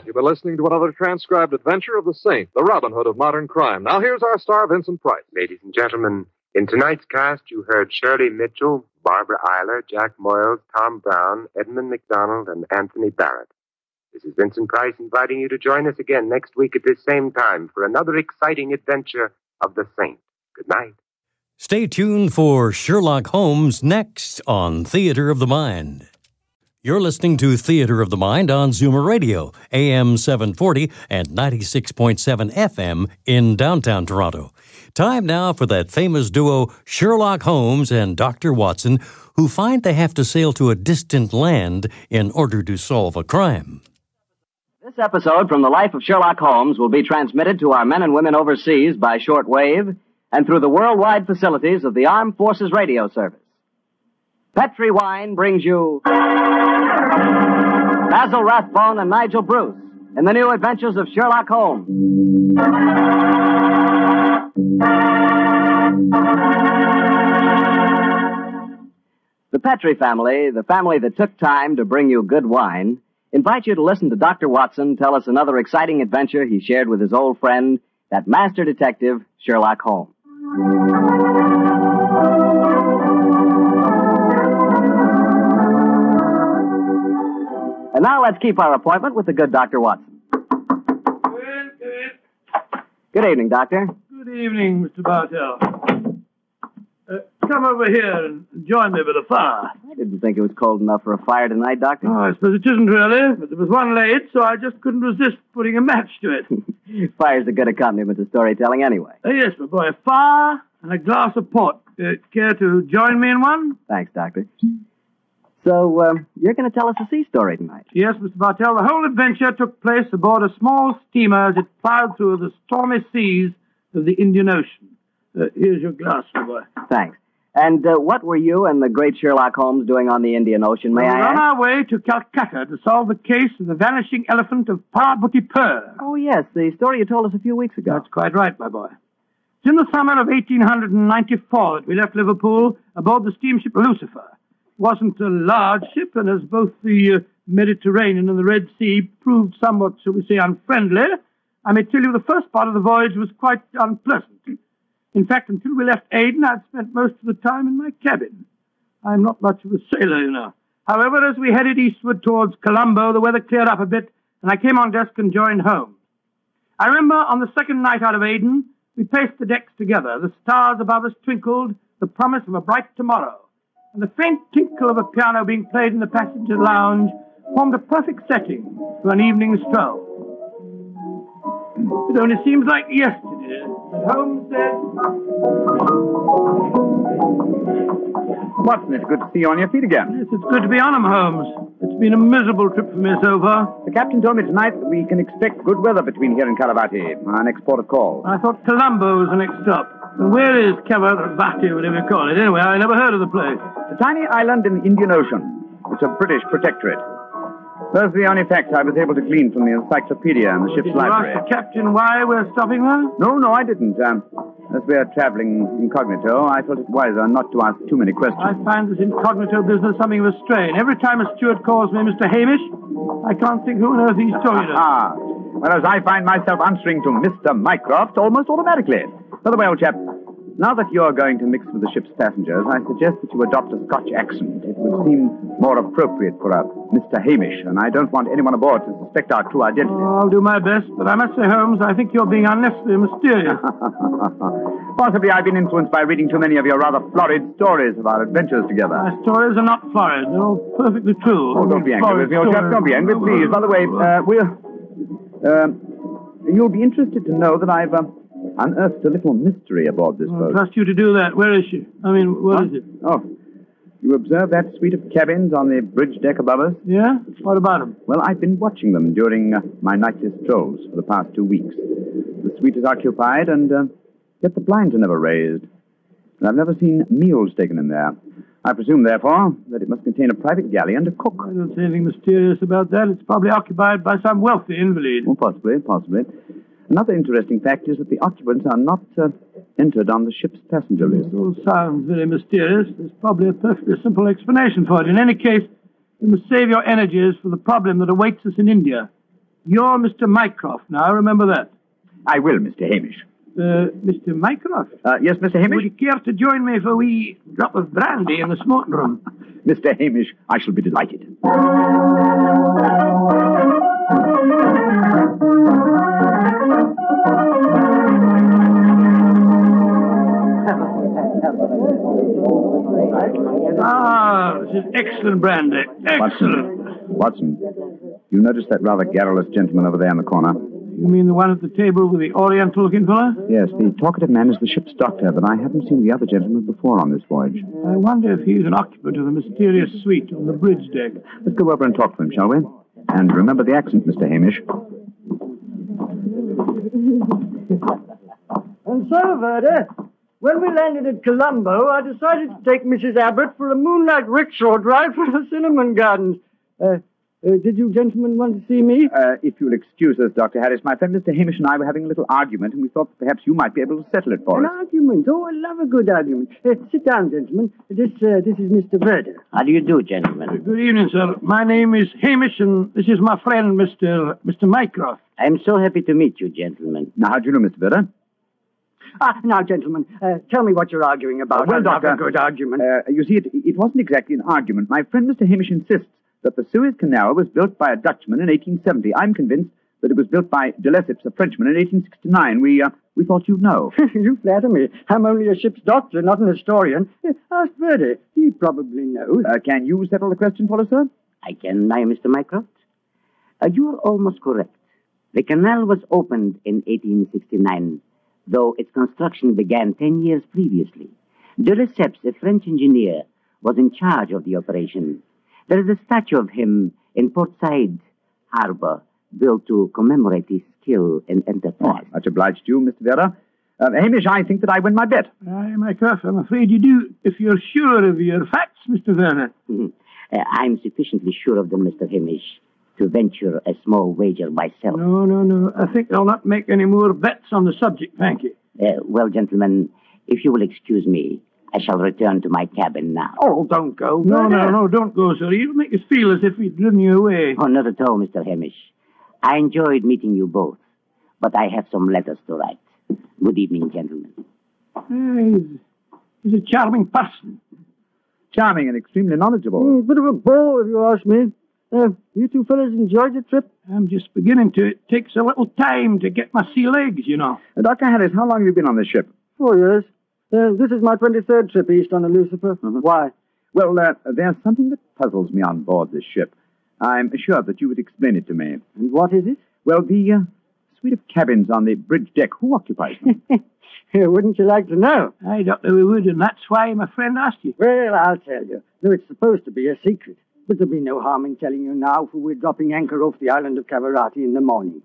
Speaker 3: You've been listening to another transcribed adventure of the saint, the Robin Hood of modern crime. Now here's our star, Vincent Price.
Speaker 5: Ladies and gentlemen, In tonight's cast, you heard Shirley Mitchell, Barbara Eiler, Jack Moyles, Tom Brown, Edmund McDonald, and Anthony Barrett. This is Vincent Price inviting you to join us again next week at this same time for another exciting adventure of the Saint. Good night.
Speaker 2: Stay tuned for Sherlock Holmes next on Theater of the Mind. You're listening to Theater of the Mind on Zoomer Radio, AM 740 and 96.7 FM in downtown Toronto. Time now for that famous duo Sherlock Holmes and Dr. Watson, who find they have to sail to a distant land in order to solve a crime.
Speaker 11: This episode from the life of Sherlock Holmes will be transmitted to our men and women overseas by shortwave and through the worldwide facilities of the Armed Forces Radio Service. Petri Wine brings you Basil Rathbone and Nigel Bruce in the new adventures of Sherlock Holmes. The Petri family, the family that took time to bring you good wine, invite you to listen to Dr. Watson tell us another exciting adventure he shared with his old friend, that master detective, Sherlock Holmes. And now let's keep our appointment with the good Dr. Watson. Good evening, Doctor.
Speaker 12: Good evening, Mr. Bartell. Uh, come over here and join me by the fire.
Speaker 11: I didn't think it was cold enough for a fire tonight, Doctor.
Speaker 12: Oh, I suppose it isn't really, but there was one late, so I just couldn't resist putting a match to it.
Speaker 11: Fire's a good accompaniment to storytelling, anyway.
Speaker 12: Uh, yes, my boy, a fire and a glass of port. Uh, care to join me in one?
Speaker 11: Thanks, Doctor. So, um, you're going to tell us a sea story tonight.
Speaker 12: Yes, Mr. Bartell, the whole adventure took place aboard a small steamer as it plowed through the stormy seas of the Indian Ocean. Uh, here's your glass, my boy.
Speaker 11: Thanks. And uh, what were you and the great Sherlock Holmes doing on the Indian Ocean, may
Speaker 12: We're
Speaker 11: I
Speaker 12: on
Speaker 11: ask?
Speaker 12: our way to Calcutta to solve the case of the vanishing elephant of Parvati-Pur.
Speaker 11: Oh, yes, the story you told us a few weeks ago.
Speaker 12: That's quite right, my boy. It's in the summer of 1894 that we left Liverpool aboard the steamship Lucifer. It wasn't a large ship, and as both the uh, Mediterranean and the Red Sea proved somewhat, shall we say, unfriendly, I may tell you the first part of the voyage was quite unpleasant. In fact, until we left Aden, I'd spent most of the time in my cabin. I'm not much of a sailor, you know. However, as we headed eastward towards Colombo, the weather cleared up a bit, and I came on deck and joined home. I remember on the second night out of Aden, we paced the decks together. The stars above us twinkled, the promise of a bright tomorrow. And the faint tinkle of a piano being played in the passenger lounge formed a perfect setting for an evening stroll. It only seems like yesterday that Holmes said.
Speaker 13: Watson, it's good to see you on your feet again.
Speaker 12: Yes, it's good to be on 'em, Holmes. It's been a miserable trip for me so far.
Speaker 13: The captain told me tonight that we can expect good weather between here and Caravati, our next port of call.
Speaker 12: I thought Colombo was the next stop. And where is Cavaravati, whatever you call it? Anyway, I never heard of the place.
Speaker 13: It's a tiny island in the Indian Ocean. It's a British protectorate. Those are the only facts I was able to glean from the encyclopedia in the ship's
Speaker 12: Did you
Speaker 13: library.
Speaker 12: ask the captain why we're stopping there?
Speaker 13: No, no, I didn't. Um, as we're traveling incognito, I felt it wiser not to ask too many questions.
Speaker 12: I find this incognito business something of a strain. Every time a steward calls me Mr. Hamish, I can't think who on earth he's talking to.
Speaker 13: Ah, whereas I find myself answering to Mr. Mycroft almost automatically. By the way, old chap, now that you're going to mix with the ship's passengers, I suggest that you adopt a Scotch accent. It would seem more appropriate for a Mr. Hamish, and I don't want anyone aboard to suspect our true identity.
Speaker 12: Oh, I'll do my best, but I must say, Holmes, I think you're being unnecessarily mysterious.
Speaker 13: Possibly I've been influenced by reading too many of your rather florid stories of our adventures together.
Speaker 12: My stories are not florid. They're all perfectly true.
Speaker 13: Oh, don't be angry with me, old chap. Don't be angry, please. By the way, uh, we're. Um, you'll be interested to know that I've uh, unearthed a little mystery aboard this
Speaker 12: I
Speaker 13: boat.
Speaker 12: trust you to do that. Where is she? I mean, what is it?
Speaker 13: Oh, you observe that suite of cabins on the bridge deck above us?
Speaker 12: Yeah? What about them?
Speaker 13: Well, I've been watching them during uh, my nightly strolls for the past two weeks. The suite is occupied, and uh, yet the blinds are never raised. And I've never seen meals taken in there. I presume, therefore, that it must contain a private galley and a cook.
Speaker 12: I don't see anything mysterious about that. It's probably occupied by some wealthy invalid.
Speaker 13: Well, possibly, possibly. Another interesting fact is that the occupants are not uh, entered on the ship's passenger list.
Speaker 12: It all sounds very mysterious. There's probably a perfectly simple explanation for it. In any case, you must save your energies for the problem that awaits us in India. You're Mr. Mycroft now, remember that.
Speaker 13: I will, Mr. Hamish.
Speaker 12: Uh, Mr. Mycroft?
Speaker 13: Uh, yes, Mr. Hamish?
Speaker 12: Would you care to join me for a wee drop of brandy in the smoking room?
Speaker 13: Mr. Hamish, I shall be delighted.
Speaker 12: Ah, this is excellent brandy. Excellent.
Speaker 13: Watson, you noticed that rather garrulous gentleman over there in the corner?
Speaker 12: You mean the one at the table with the oriental looking fella?
Speaker 13: Yes, the talkative man is the ship's doctor, but I haven't seen the other gentleman before on this voyage.
Speaker 12: I wonder if he's an occupant of the mysterious suite on the bridge deck.
Speaker 13: Let's go over and talk to him, shall we? And remember the accent, Mr. Hamish.
Speaker 14: And so, Verda, when we landed at Colombo, I decided to take Mrs. Abbott for a moonlight rickshaw drive for the Cinnamon Gardens. Uh, uh, did you gentlemen want to see me?
Speaker 13: Uh, if you'll excuse us, Dr. Harris, my friend Mr. Hamish and I were having a little argument, and we thought perhaps you might be able to settle it for
Speaker 14: An
Speaker 13: us.
Speaker 14: argument. Oh, I love a good argument. Uh, sit down, gentlemen. This, uh, this is Mr. Verder.
Speaker 15: How do you do, gentlemen?
Speaker 12: Good evening, sir. My name is Hamish, and this is my friend, Mr. Mr. Mycroft.
Speaker 15: I'm so happy to meet you, gentlemen.
Speaker 13: Now, how do you know, Mr. Verder?
Speaker 14: Ah, now, gentlemen, uh, tell me what you're arguing about. I love a good argument.
Speaker 13: Uh, you see, it, it wasn't exactly an argument. My friend Mr. Hamish insists that the Suez Canal was built by a Dutchman in 1870. I'm convinced that it was built by de Lesseps, a Frenchman, in 1869. We, uh, we thought you'd know.
Speaker 14: you flatter me. I'm only a ship's doctor, not an historian. Uh, Ask Verder. He probably knows.
Speaker 13: Uh, can you settle the question for us, sir?
Speaker 15: I can, I, Mr. Mycroft. Uh, you're almost correct. The canal was opened in 1869, though its construction began 10 years previously. De Lesseps, a French engineer, was in charge of the operation. There is a statue of him in Port Said Harbor, built to commemorate his skill and enterprise.
Speaker 13: Much obliged to you, Mr. Vera. Uh, Hamish, I think that I win my bet.
Speaker 12: Aye, Mycroft, I'm afraid you do, if you're sure of your facts, Mr. Verner.
Speaker 15: Uh, I'm sufficiently sure of them, Mr. Hamish, to venture a small wager myself.
Speaker 12: No, no, no. I think I'll not make any more bets on the subject, thank you.
Speaker 15: Uh, well, gentlemen, if you will excuse me, I shall return to my cabin now.
Speaker 12: Oh, don't go. No, no, no, don't go, sir. You'll make us feel as if we'd driven you away.
Speaker 15: Oh, not at all, Mr. Hamish. I enjoyed meeting you both, but I have some letters to write. Good evening, gentlemen.
Speaker 12: Aye, Oh, he's, he's a charming person.
Speaker 13: Charming and extremely knowledgeable.
Speaker 14: Mm, bit of a bore, if you ask me. Uh, you two fellas enjoyed the trip?
Speaker 12: I'm just beginning to. It takes a little time to get my sea legs, you know.
Speaker 13: Uh, Dr. Harris, how long have you been on this ship?
Speaker 14: Four years. Uh, this is my 23rd trip east on the Lucifer. Why?
Speaker 13: Well, uh, there's something that puzzles me on board this ship. I'm sure that you would explain it to me.
Speaker 14: And what is it?
Speaker 13: Well, the uh, suite of cabins on the bridge deck, who occupies them?
Speaker 14: Uh, Wouldn't you like to know?
Speaker 12: Aye, Doctor, we would, and that's why my friend asked you.
Speaker 14: Well, I'll tell you. Though it's supposed to be a secret. But there'll be no harm in telling you now, for we're dropping anchor off the island of Cavarati in the morning.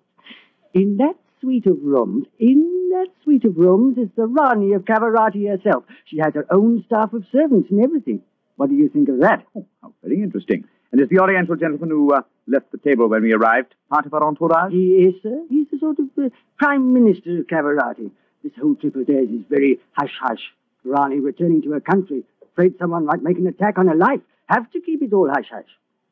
Speaker 14: In that suite of rooms, in that suite of rooms, is the Rani of Cavarati herself. She has her own staff of servants and everything. What do you think of that?
Speaker 12: Oh,
Speaker 13: How very interesting. And is the Oriental gentleman who uh, left the table when we arrived part of our entourage?
Speaker 14: He is, sir. He's the sort of uh, Prime Minister of Cavarati. This whole trip of theirs is very hush hush. Rani returning to her country, afraid someone might make an attack on her life. Have to keep it all hush hush.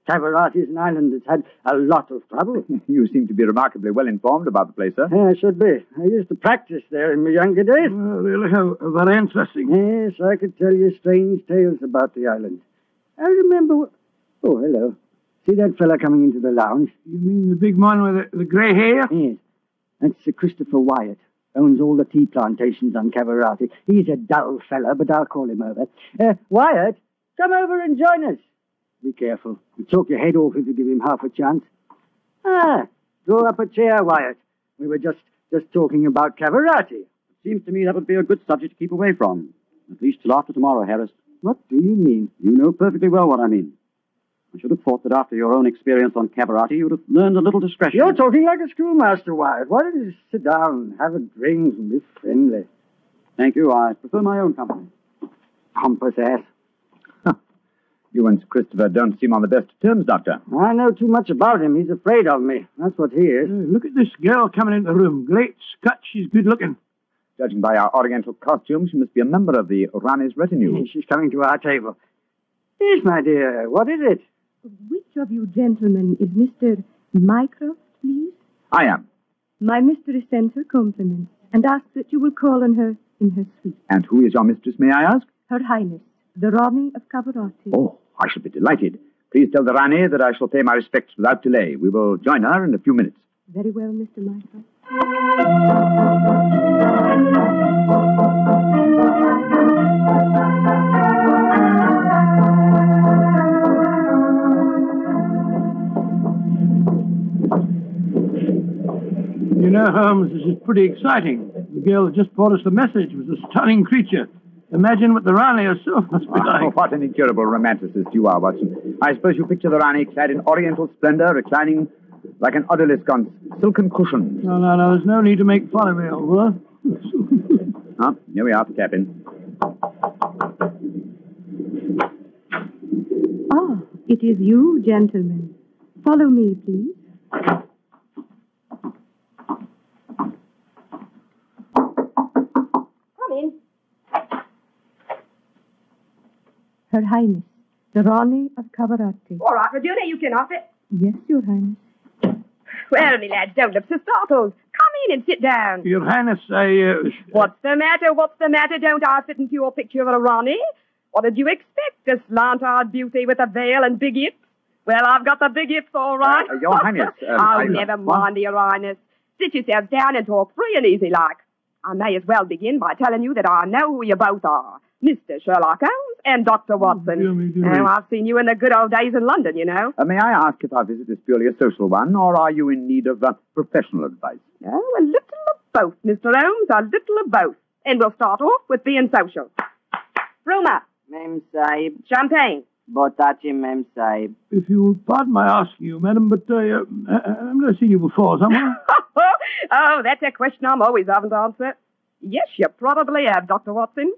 Speaker 14: Cavarati is an island that's had a lot of trouble.
Speaker 13: You seem to be remarkably well informed about the place, sir.
Speaker 14: Yeah, I should be. I used to practice there in my younger days.
Speaker 12: Oh, really? How uh, very interesting.
Speaker 14: Yes, I could tell you strange tales about the island. I remember. Oh, hello. See that fella coming into the lounge?
Speaker 12: You mean the big man with the, the grey hair?
Speaker 14: Yes. That's Sir Christopher Wyatt. Owns all the tea plantations on Cavarati. He's a dull fella, but I'll call him over. Uh, Wyatt, come over and join us. Be careful. You'll talk your head off if you give him half a chance. Ah, draw up a chair, Wyatt. We were just just talking about Cavarati.
Speaker 16: Seems to me that would be a good subject to keep away from. At least till after tomorrow, Harris.
Speaker 14: What do you mean?
Speaker 16: You know perfectly well what I mean. I should have thought that after your own experience on Cabarati, you'd have learned a little discretion.
Speaker 14: You're talking like a schoolmaster, Wyatt. Why don't you sit down, have a drink, and be friendly?
Speaker 16: Thank you. I prefer my own company.
Speaker 14: Pompous ass.
Speaker 13: You and Sir Christopher don't seem on the best terms, Doctor.
Speaker 14: I know too much about him. He's afraid of me. That's what he is.
Speaker 12: Look at this girl coming into the room. Great Scott, she's good looking.
Speaker 13: Judging by our Oriental costume, she must be a member of the Rani's retinue.
Speaker 14: She's coming to our table. Yes, my dear. What is it?
Speaker 17: Which of you gentlemen is Mr. Mycroft, please?
Speaker 13: I am.
Speaker 17: My mistress sends her compliments, and asks that you will call on her in her suite.
Speaker 13: And who is your mistress, may I ask?
Speaker 17: Her Highness, the Rani of
Speaker 14: Mm.
Speaker 17: Cavarati.
Speaker 13: Oh, I shall be delighted. Please tell the Rani that I shall pay my respects without delay. We will join her in a few minutes.
Speaker 17: Very well, Mr. Michael.
Speaker 12: You know, Holmes, this is pretty exciting. The girl that just brought us the message was a stunning creature. Imagine what the Rani herself must be like.
Speaker 13: Oh, what an incurable romanticist you are, Watson. I suppose you picture the Rani clad in oriental splendor, reclining like an odalisque on silken cushions.
Speaker 12: No, no, no, there's no need to make fun of me, old boy.
Speaker 13: Ah, here we are at the cabin.
Speaker 17: Ah, it is you, gentlemen. Follow me, please.
Speaker 6: Come in.
Speaker 17: Her Highness, the Rani of Cavarati.
Speaker 6: All right, Regina, you can off it.
Speaker 17: Yes, Your Highness.
Speaker 6: Well, me lads, don't look so startled. Come in and sit down.
Speaker 12: Your Highness, I. Uh,
Speaker 6: What's the matter? What's the matter? Don't I fit into your picture of a Ronnie? What did you expect? A slant-eyed beauty with a veil and big hips? Well, I've got the big hips, all right.
Speaker 13: Uh, Your Highness, um,
Speaker 6: oh,
Speaker 13: I-
Speaker 6: never
Speaker 13: what?
Speaker 6: mind, Your Highness. Sit yourselves down and talk free and easy like. I may as well begin by telling you that I know who you both are. Mr. Sherlock Holmes and Dr. Watson.
Speaker 13: Oh, dear me.
Speaker 6: Now, I've seen you in the good old days in London, you know.
Speaker 13: Uh, may I ask if our visit is purely a social one, or are you in need of uh, professional advice?
Speaker 14: Uh,
Speaker 6: Oh, a little of both, Mr. Holmes, a little of both. And we'll start off with being social. Roma.
Speaker 15: Ma'am Sahib.
Speaker 6: Champagne.
Speaker 15: Botachi, Ma'am Sahib.
Speaker 12: If you will pardon my asking you, madam, but I, uh, I, I've never seen you before somewhere.
Speaker 6: oh, that's a question I'm always having to answer. Yes, you probably have, Dr. Watson.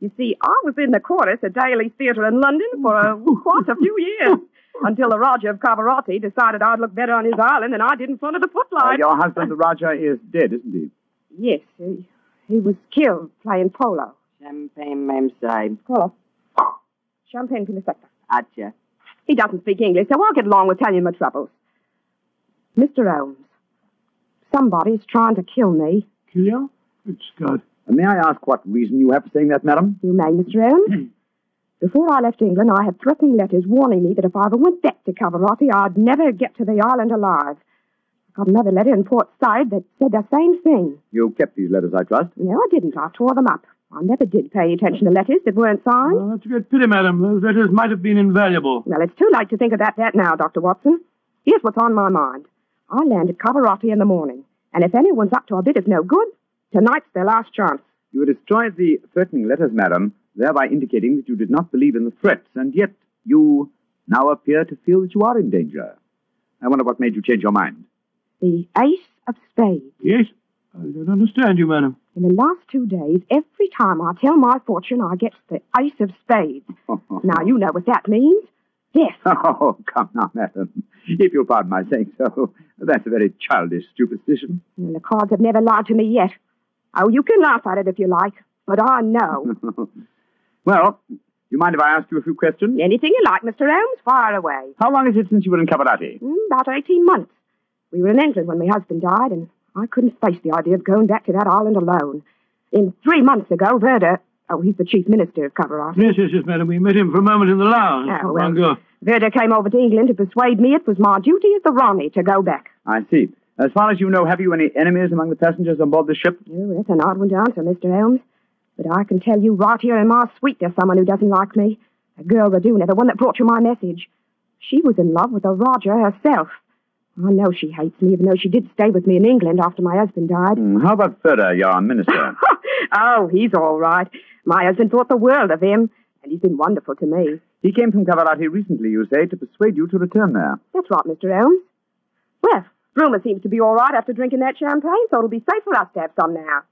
Speaker 6: You see, I was in the chorus at Daly's Theatre in London for uh, quite a few years until the Rajah of Cavarati decided I'd look better on his island than I did in front of the
Speaker 13: Uh,
Speaker 6: footlights.
Speaker 13: your husband, the Rajah, is dead, isn't he?
Speaker 6: Yes, he, he was killed playing polo.
Speaker 15: Champagne, Ma'am Sahib.
Speaker 6: Polo. Champagne for the sector.
Speaker 15: Acha.
Speaker 6: He doesn't speak English, so I'll get along with telling him my troubles. Mr. Holmes, somebody's trying to kill me.
Speaker 12: Kill you? Good Scott.
Speaker 13: May I ask what reason you have for saying that, madam?
Speaker 6: You may, Mr.
Speaker 15: Hmm.
Speaker 6: Holmes. Before I left England, I had threatening letters warning me that if I ever went back to Cavarati, I'd never get to the island alive. I got another letter in Port Said that said the same thing.
Speaker 13: You kept these letters, I trust.
Speaker 6: No, I didn't. I tore them up. I never did pay attention to letters that weren't signed.
Speaker 12: Well, that's a great pity, madam. Those letters might have been invaluable.
Speaker 6: Well, it's too late to think about that now, Dr. Watson. Here's what's on my mind. I land at Cavarati in the morning, and if anyone's up to a bit of no good, tonight's their last chance.
Speaker 13: You destroyed the threatening letters, madam, thereby indicating that you did not believe in the threats, and yet you now appear to feel that you are in danger. I wonder what made you change your mind.
Speaker 6: The ace of spades.
Speaker 12: Yes? I don't understand you, madam.
Speaker 6: In the last two days, every time I tell my fortune, I get the ace of spades. now, you know what that means. Death.
Speaker 13: Oh, come now, madam. If you'll pardon my saying so, that's a very childish superstition.
Speaker 6: Well, the cards have never lied to me yet. Oh, you can laugh at it if you like, but I know.
Speaker 13: well, you mind if I ask you a few questions?
Speaker 6: Anything you like, Mr. Holmes, fire away.
Speaker 13: How long is it since you were in Cabarati?
Speaker 6: Mm, About 18 months. We were in England when my husband died, and I couldn't face the idea of going back to that island alone. In three months ago, Verda, oh, he's the chief minister of Cavarati.
Speaker 12: Yes, yes, yes, madam. We met him for a moment in the lounge.
Speaker 6: Oh,
Speaker 12: not
Speaker 6: well.
Speaker 12: long ago.
Speaker 6: Verda came over to England to persuade me it was my duty as the Ronnie to go back.
Speaker 13: I see. As far as you know, have you any enemies among the passengers on board the ship?
Speaker 6: Oh, that's an odd one to answer, Mr. Holmes. But I can tell you right here in my suite there's someone who doesn't like me. A girl, Raduna, the one that brought you my message. She was in love with a Roger herself. I know she hates me, even though she did stay with me in England after my husband died.
Speaker 13: Hmm, How about Ferda, your minister?
Speaker 6: Oh, he's all right. My husband thought the world of him, and he's been wonderful to me.
Speaker 13: he came from Cavarati recently, you say, to persuade you to return there.
Speaker 6: That's right, Mr. Holmes. Well, Bruma seems to be all right after drinking that champagne, so it'll be safe for us to have some now.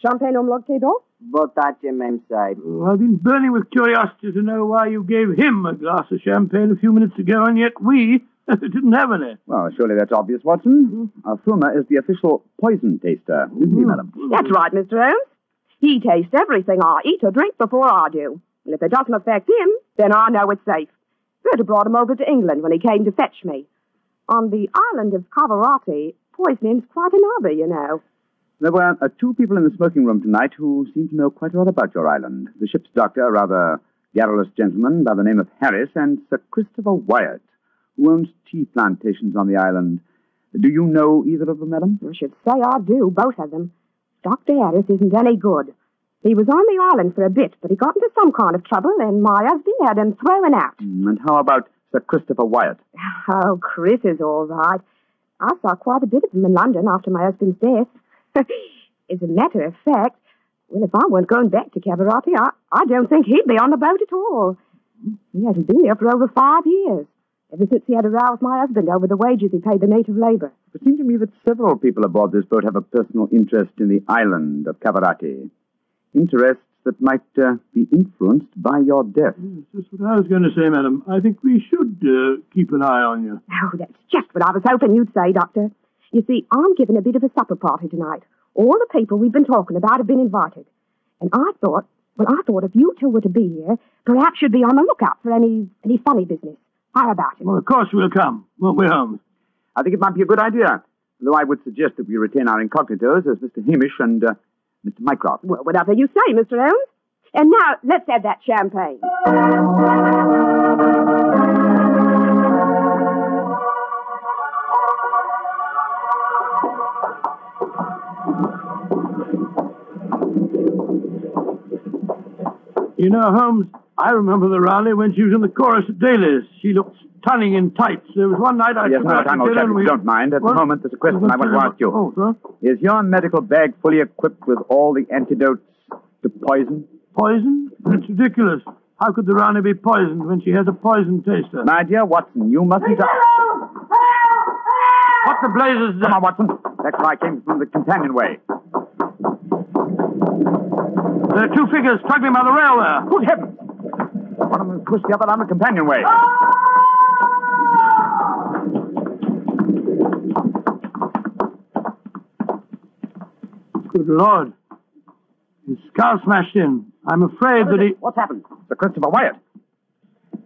Speaker 6: Champagne omlog table?
Speaker 15: Botachi, Ma'am Sahib.
Speaker 12: Well, I've been burning with curiosity to know why you gave him a glass of champagne a few minutes ago, and yet we didn't have any.
Speaker 13: Well, surely that's obvious, Watson.
Speaker 6: Mm-hmm.
Speaker 13: Uh, Fulmer is the official poison taster, isn't he, madam?
Speaker 6: That's right, Mr. Holmes. He tastes everything I eat or drink before I do. And if it doesn't affect him, then I know it's safe. Berta brought him over to England when he came to fetch me. On the island of Cavarati, poisoning's quite an hobby, you know.
Speaker 13: There were uh, two people in the smoking room tonight who seem to know quite a lot about your island. The ship's doctor, a rather garrulous gentleman by the name of Harris, and Sir Christopher Wyatt, who owns tea plantations on the island. Do you know either of them, madam?
Speaker 6: I should say I do, both of them. Dr. Harris isn't any good. He was on the island for a bit, but he got into some kind of trouble, and my husband had him thrown out.
Speaker 13: Mm, And how about Sir Christopher Wyatt?
Speaker 6: Oh, Chris is all right. I saw quite a bit of him in London after my husband's death. As a matter of fact, well, if I weren't going back to Cabarati, I, I don't think he'd be on the boat at all. He hasn't been there for over five years, ever since he had a row with my husband over the wages he paid the native labor.
Speaker 13: It seemed to me that several people aboard this boat have a personal interest in the island of Cavarati. Interests that might uh, be influenced by your death.
Speaker 12: That's what I was going to say, madam. I think we should uh, keep an eye on you.
Speaker 6: Oh, that's just what I was hoping you'd say, Doctor. You see, I'm giving a bit of a supper party tonight. All the people we've been talking about have been invited. And I thought, well, I thought if you two were to be here, perhaps you'd be on the lookout for any, any funny business. How about it?
Speaker 12: Well, of course we'll come. Well, we're home.
Speaker 13: I think it might be a good idea, though I would suggest that we retain our incognitos as Mr. Hamish and uh, Mr. Mycroft.
Speaker 6: Well, whatever you say, Mr. Holmes. And now, let's have that champagne.
Speaker 12: You know, Holmes, I remember the Raleigh when she was in the chorus at Daly's. She looked stunning in tights. There was one night I
Speaker 13: yes,
Speaker 12: took her
Speaker 13: no,
Speaker 12: out to
Speaker 13: time, old
Speaker 12: dinner
Speaker 13: chap,
Speaker 12: and
Speaker 13: if
Speaker 12: we...
Speaker 13: you don't mind. At
Speaker 12: Well,
Speaker 13: the moment, there's a question
Speaker 12: well,
Speaker 13: I want to
Speaker 12: tell you
Speaker 13: ask you.
Speaker 12: what- Oh,
Speaker 13: Is your medical bag fully equipped with all the antidotes to poison?
Speaker 12: Poison? That's ridiculous. How could the Raleigh be poisoned when she has a poison taster?
Speaker 13: My dear Watson, you mustn't...
Speaker 12: What the blazes is
Speaker 13: Come on, Watson. That cry came from the companionway.
Speaker 12: There are two figures struggling by the rail there.
Speaker 13: Good heavens! One of them pushed the other down the companionway.
Speaker 12: Good Lord. His skull smashed in. I'm afraid that he...
Speaker 16: What's happened?
Speaker 13: Sir Christopher Wyatt.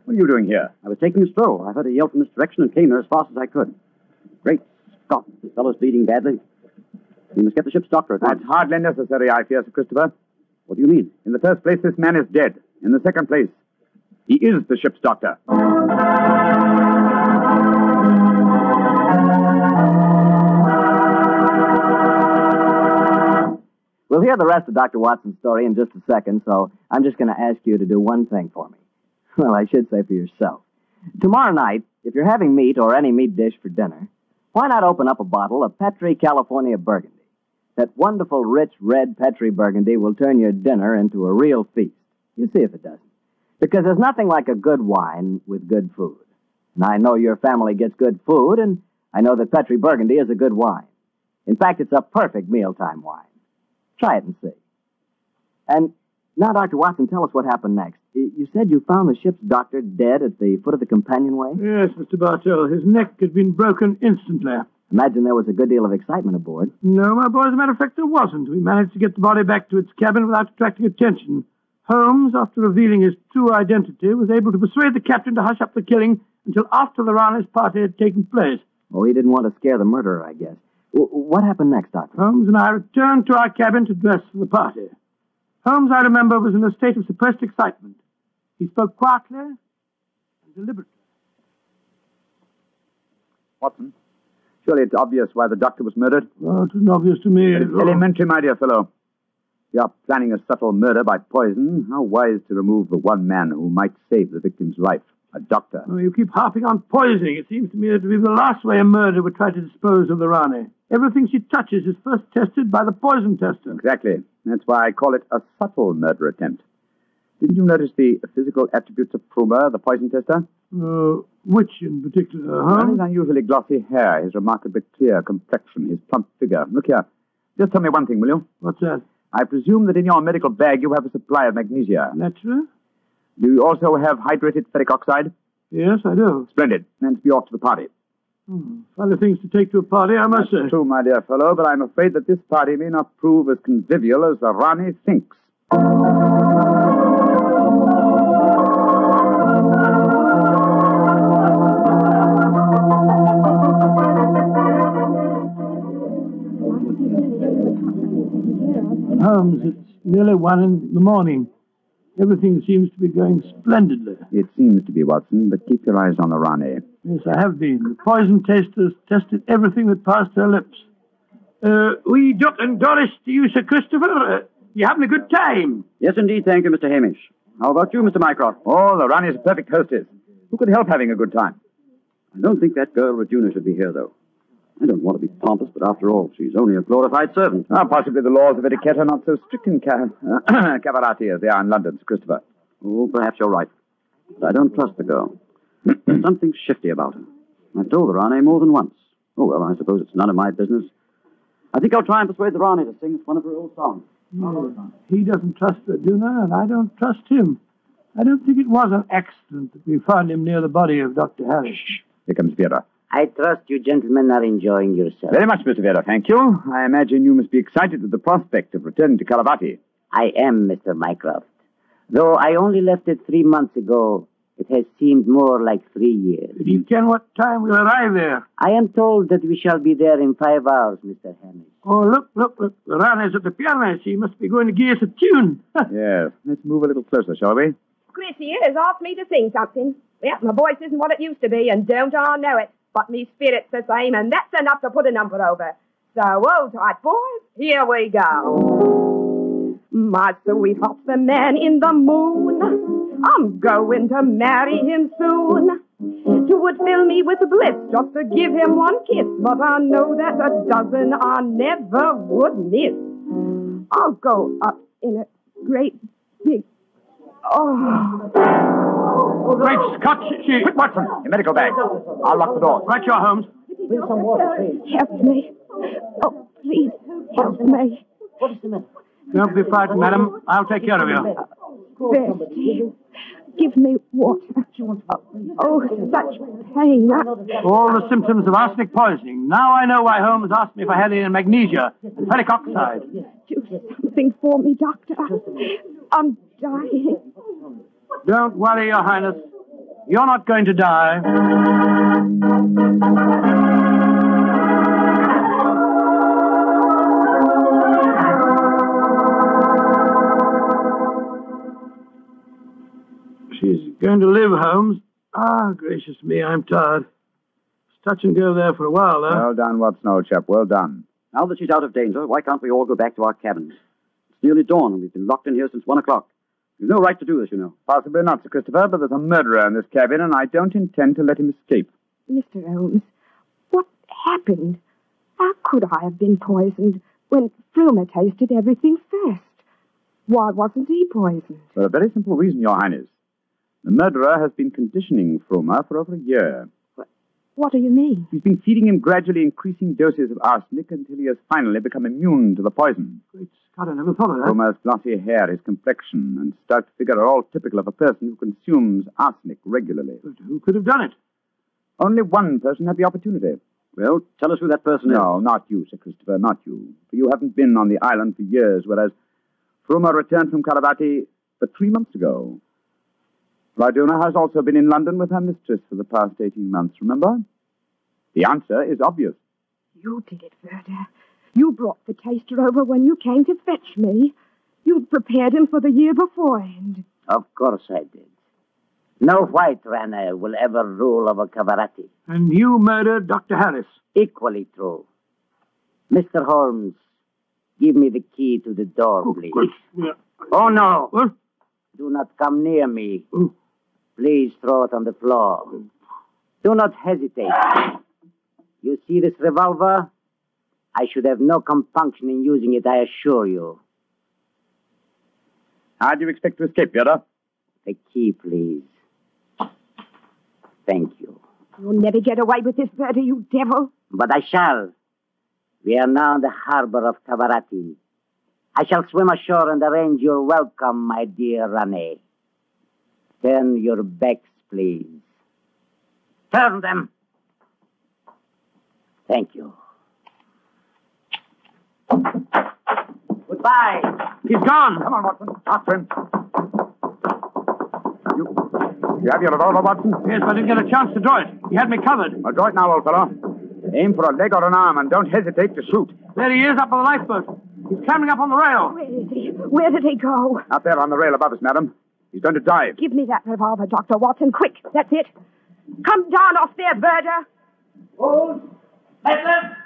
Speaker 13: What are you doing here?
Speaker 16: I was taking a stroll. I heard a yell from this direction and came here as fast as I could. Great Scott, this fellow's bleeding badly. We must get the ship's doctor at once.
Speaker 13: That's hardly necessary, I fear, Sir Christopher.
Speaker 16: What do you mean?
Speaker 13: In the first place, this man is dead. In the second place, he is the ship's doctor. Oh,
Speaker 11: We'll hear the rest of Dr. Watson's story in just a second, so I'm just going to ask you to do one thing for me. Well, I should say for yourself. Tomorrow night, if you're having meat or any meat dish for dinner, why not open up a bottle of Petri California Burgundy? That wonderful, rich, red Petri Burgundy will turn your dinner into a real feast. You see if it doesn't. Because there's nothing like a good wine with good food. And I know your family gets good food, and I know that Petri Burgundy is a good wine. In fact, it's a perfect mealtime wine. Try it and see. And now, Dr. Watson, tell us what happened next. Y- You said you found the ship's doctor dead at the foot of the companionway?
Speaker 12: Yes, Mr. Bartell. His neck had been broken instantly.
Speaker 11: Imagine there was a good deal of excitement aboard.
Speaker 12: No, my boy, as a matter of fact, there wasn't. We managed to get the body back to its cabin without attracting attention. Holmes, after revealing his true identity, was able to persuade the captain to hush up the killing until after the Raleigh's party had taken place.
Speaker 11: Well, he didn't want to scare the murderer, I guess. W- what happened next, Doctor?
Speaker 12: Holmes and I returned to our cabin to dress for the party. Holmes, I remember, was in a state of suppressed excitement. He spoke quietly and deliberately.
Speaker 13: Watson, surely it's obvious why the doctor was murdered.
Speaker 12: Well, it isn't obvious to me.
Speaker 13: It's elementary, my dear fellow. You are planning a subtle murder by poison. How wise to remove the one man who might save the victim's life, a doctor.
Speaker 12: Oh, you keep harping on poisoning. It seems to me that to be the last way a murderer would try to dispose of the Rani. Everything she touches is first tested by the poison tester.
Speaker 13: Exactly. That's why I call it a subtle murder attempt. Didn't you notice the physical attributes of Pruma, the poison tester?
Speaker 12: Uh, which in particular,
Speaker 13: Well,
Speaker 12: Holmes?
Speaker 13: His unusually glossy hair, his remarkably clear complexion, his plump figure. Look here. Just tell me one thing, will you?
Speaker 12: What's that?
Speaker 13: I presume that in your medical bag you have a supply of magnesia.
Speaker 12: Naturally.
Speaker 13: Do you also have hydrated ferric oxide?
Speaker 12: Yes, I do.
Speaker 13: Splendid. Then be off to the party.
Speaker 12: Hmm, Funny things to take to a party, I must say.
Speaker 13: That's true, my dear fellow, but I'm afraid that this party may not prove as convivial as the Rani thinks.
Speaker 12: nearly one in the morning. Everything seems to be going splendidly.
Speaker 13: It seems to be, Watson, but keep your eyes on the Rani.
Speaker 12: Yes, I have been. The poison testers tested everything that passed her lips. Uh, we, Dot and Doris, to you, Sir Christopher. Uh, you having a good time?
Speaker 16: Yes, indeed. Thank you, Mr. Hamish. How about you, Mr. Mycroft?
Speaker 13: Oh, the Rani's a perfect hostess. Who could help having a good time?
Speaker 16: I don't think that girl Regina should be here, though. I don't want to be pompous, but after all, she's only a glorified servant.
Speaker 13: Ah, possibly the laws of etiquette are not so strict in Ca- Cavarati as they are in London, Sir Christopher.
Speaker 16: Oh, perhaps you're right. But I don't trust the girl. There's something shifty about her. I've told the Rani more than once. Oh, well, I suppose it's none of my business. I think I'll try and persuade the Rani to sing us one of her old songs.
Speaker 12: No, Mm. he doesn't trust Raduna, and I don't trust him. I don't think it was an accident that we found him near the body of Dr. Harris.
Speaker 13: Here comes Vera.
Speaker 15: I trust you gentlemen are enjoying yourselves.
Speaker 13: Very much, Mr. Vera, thank you. I imagine you must be excited at the prospect of returning to Caravati.
Speaker 15: I am, Mr. Mycroft. Though I only left it three months ago, it has seemed more like three years.
Speaker 12: Do you can what time we'll arrive there?
Speaker 15: I am told that we shall be there in five hours, Mr. Hamish.
Speaker 12: Oh, look, look, look. The Rani's at the piano. She must be going to give us a tune.
Speaker 13: yes, let's move a little closer, shall we?
Speaker 6: Chris here has asked me to sing something. Yep, my voice isn't what it used to be, and don't I know it. But me spirit's the same, and that's enough to put a number over. So hold tight, boys. Here we go. My sweetheart's the man in the moon. I'm going to marry him soon. It would fill me with bliss just to give him one kiss, but I know that a dozen I never would miss. I'll go up in a great big Oh.
Speaker 12: Great Scott, she...
Speaker 13: Quick, Watson, your medical bag. I'll lock the door.
Speaker 12: Right, your Holmes.
Speaker 18: Bring some water, please.
Speaker 19: Help me. Oh, please, help me.
Speaker 18: What is the matter?
Speaker 12: Don't be frightened, madam. I'll take care of
Speaker 19: you. Thirsty. Give me water. Oh, such pain. I...
Speaker 12: All the symptoms of arsenic poisoning. Now I know why Holmes asked me for heavy and magnesia and ferric oxide.
Speaker 19: Do something for me, doctor. I'm dying.
Speaker 12: Don't worry, Your Highness. You're not going to die. She's going to live, Holmes. Ah, gracious me, I'm tired. It's touch and go there for a while, though.
Speaker 13: Well done, Watson, old chap. Well done.
Speaker 16: Now that she's out of danger, why can't we all go back to our cabins? It's nearly dawn, and we've been locked in here since one o'clock. You've no right to do this, you know.
Speaker 13: Possibly not, Sir Christopher, but there's a murderer in this cabin, and I don't intend to let him escape.
Speaker 19: Mr. Holmes, what happened? How could I have been poisoned when Fromer tasted everything first? Why wasn't he poisoned?
Speaker 13: For a very simple reason, Your Highness. The murderer has been conditioning Fromer for over a year.
Speaker 19: What, what do you mean?
Speaker 13: He's been feeding him gradually increasing doses of arsenic until he has finally become immune to the poison.
Speaker 12: Great God, I never thought of that.
Speaker 13: Homer's glossy hair, his complexion, and stout figure are all typical of a person who consumes arsenic regularly.
Speaker 12: But who could have done it?
Speaker 13: Only one person had the opportunity.
Speaker 16: Well, tell us who that person
Speaker 13: no,
Speaker 16: is.
Speaker 13: No, not you, Sir Christopher, not you. For you haven't been on the island for years, whereas Frumer returned from Karabati but three months ago. Raduna has also been in London with her mistress for the past 18 months, remember? The answer is obvious.
Speaker 19: You did it, Verda. You brought the taster over when you came to fetch me. You'd prepared him for the year beforehand.
Speaker 15: Of course I did. No white runner will ever rule over Cavarati.
Speaker 12: And you murdered Dr. Harris.
Speaker 15: Equally true. Mr. Holmes, give me the key to the door, please.
Speaker 12: Oh, yeah.
Speaker 15: oh no.
Speaker 12: What?
Speaker 15: Do not come near me.
Speaker 12: Oh.
Speaker 15: Please throw it on the floor. Do not hesitate. You see this revolver? I should have no compunction in using it, I assure you.
Speaker 13: How do you expect to escape, Vera?
Speaker 15: The key, please. Thank you.
Speaker 19: You'll never get away with this murder, you devil.
Speaker 15: But I shall. We are now in the harbor of Cavarati. I shall swim ashore and arrange your welcome, my dear Rane. Turn your backs, please. Turn them. Thank you. Goodbye.
Speaker 12: He's gone.
Speaker 13: Come on, Watson. After him. You, you have your revolver, Watson?
Speaker 12: Yes, but I didn't get a chance to draw it. He had me covered.
Speaker 13: Well, draw it now, old fellow. Aim for a leg or an arm and don't hesitate to shoot.
Speaker 12: There he is, up on the lifeboat. He's climbing up on the rail.
Speaker 19: Where is he?
Speaker 6: Where did he go?
Speaker 13: Out there on the rail above us, madam. He's going to dive.
Speaker 6: Give me that revolver, Dr. Watson, quick. That's it. Come down off there, Verger.
Speaker 12: Hold. Maitland,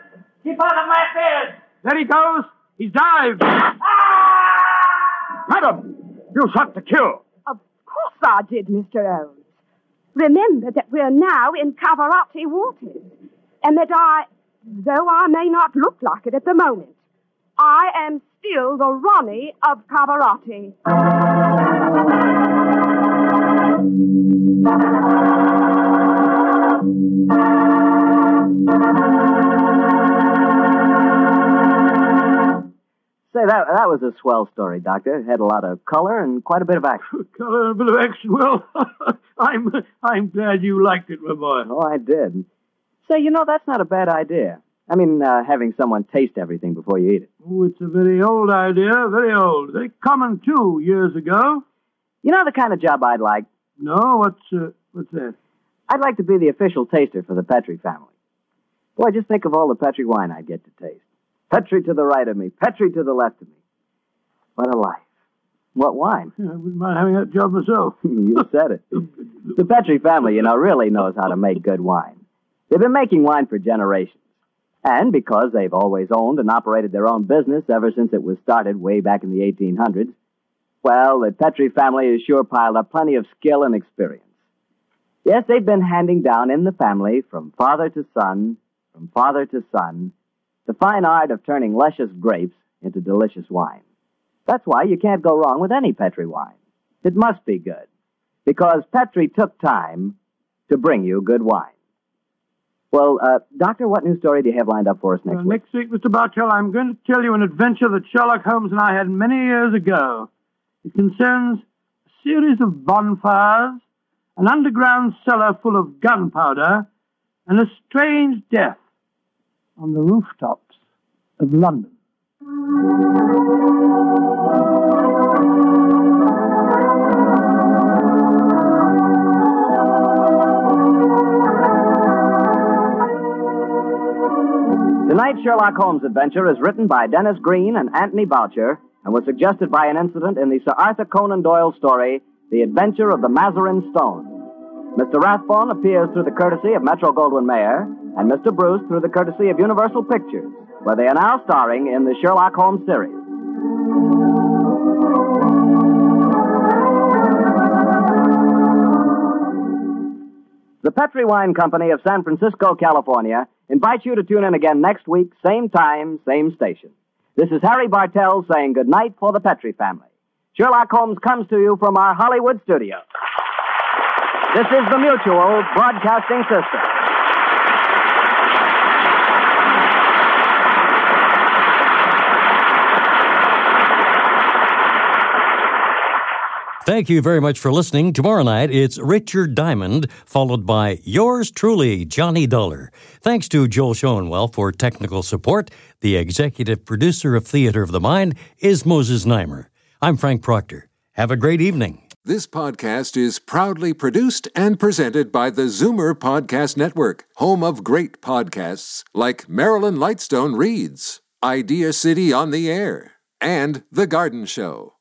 Speaker 12: keep out of my Ah! affairs. There he goes. He's dived.
Speaker 13: Madam, you shot to kill.
Speaker 6: Of course I did, Mr. Owens. Remember that we're now in Cavarati waters, and that I, though I may not look like it at the moment, I am still the Ronnie of Cavarati.
Speaker 11: Say, that, that was a swell story, Doctor. Had a lot of color and quite a bit of action.
Speaker 12: Color, a bit of action. Well, I'm I'm glad you liked it, my boy.
Speaker 11: Oh, I did. Say, you know, that's not a bad idea. I mean, uh, having someone taste everything before you eat it.
Speaker 12: Oh, it's a very old idea, very old. Very common too, years ago.
Speaker 11: You know the kind of job I'd like?
Speaker 12: No, what's, uh, what's that?
Speaker 11: I'd like to be the official taster for the Petri family. Boy, just think of all the Petri wine I'd get to taste. Petri to the right of me, Petri to the left of me. What a life. What wine?
Speaker 12: I wouldn't mind having that job myself.
Speaker 11: you said it. The Petri family, you know, really knows how to make good wine. They've been making wine for generations. And because they've always owned and operated their own business ever since it was started way back in the 1800s, well, the Petri family has sure piled up plenty of skill and experience. Yes, they've been handing down in the family from father to son, from father to son, the fine art of turning luscious grapes into delicious wine. That's why you can't go wrong with any Petri wine. It must be good, because Petri took time to bring you good wine. Well, uh, Doctor, what new story do you have lined up for us next
Speaker 12: Well,
Speaker 11: week?
Speaker 12: next week, Mr. Bartell, I'm going to tell you an adventure that Sherlock Holmes and I had many years ago. It concerns a series of bonfires, an underground cellar full of gunpowder, and a strange death on the rooftops of London.
Speaker 11: Tonight's Sherlock Holmes adventure is written by Dennis Green and Anthony Boucher and was suggested by an incident in the Sir Arthur Conan Doyle story, The Adventure of the Mazarin Stone. Mr. Rathbone appears through the courtesy of Metro Goldwyn Mayer and Mr. Bruce through the courtesy of Universal Pictures, where they are now starring in the Sherlock Holmes series. The Petri Wine Company of San Francisco, California, invites you to tune in again next week, same time, same station. This is Harry Bartell saying goodnight for the Petri family. Sherlock Holmes comes to you from our Hollywood studio. This is the Mutual Broadcasting System.
Speaker 2: Thank you very much for listening. Tomorrow night, it's Richard Diamond, followed by yours truly, Johnny Dollar. Thanks to Joel Schoenwell for technical support. The executive producer of Theater of the Mind is Moses Neimer. I'm Frank Proctor. Have a great evening.
Speaker 20: This podcast is proudly produced and presented by the Zoomer Podcast Network, home of great podcasts like Marilyn Lightstone Reads, Idea City on the Air, and The Garden Show.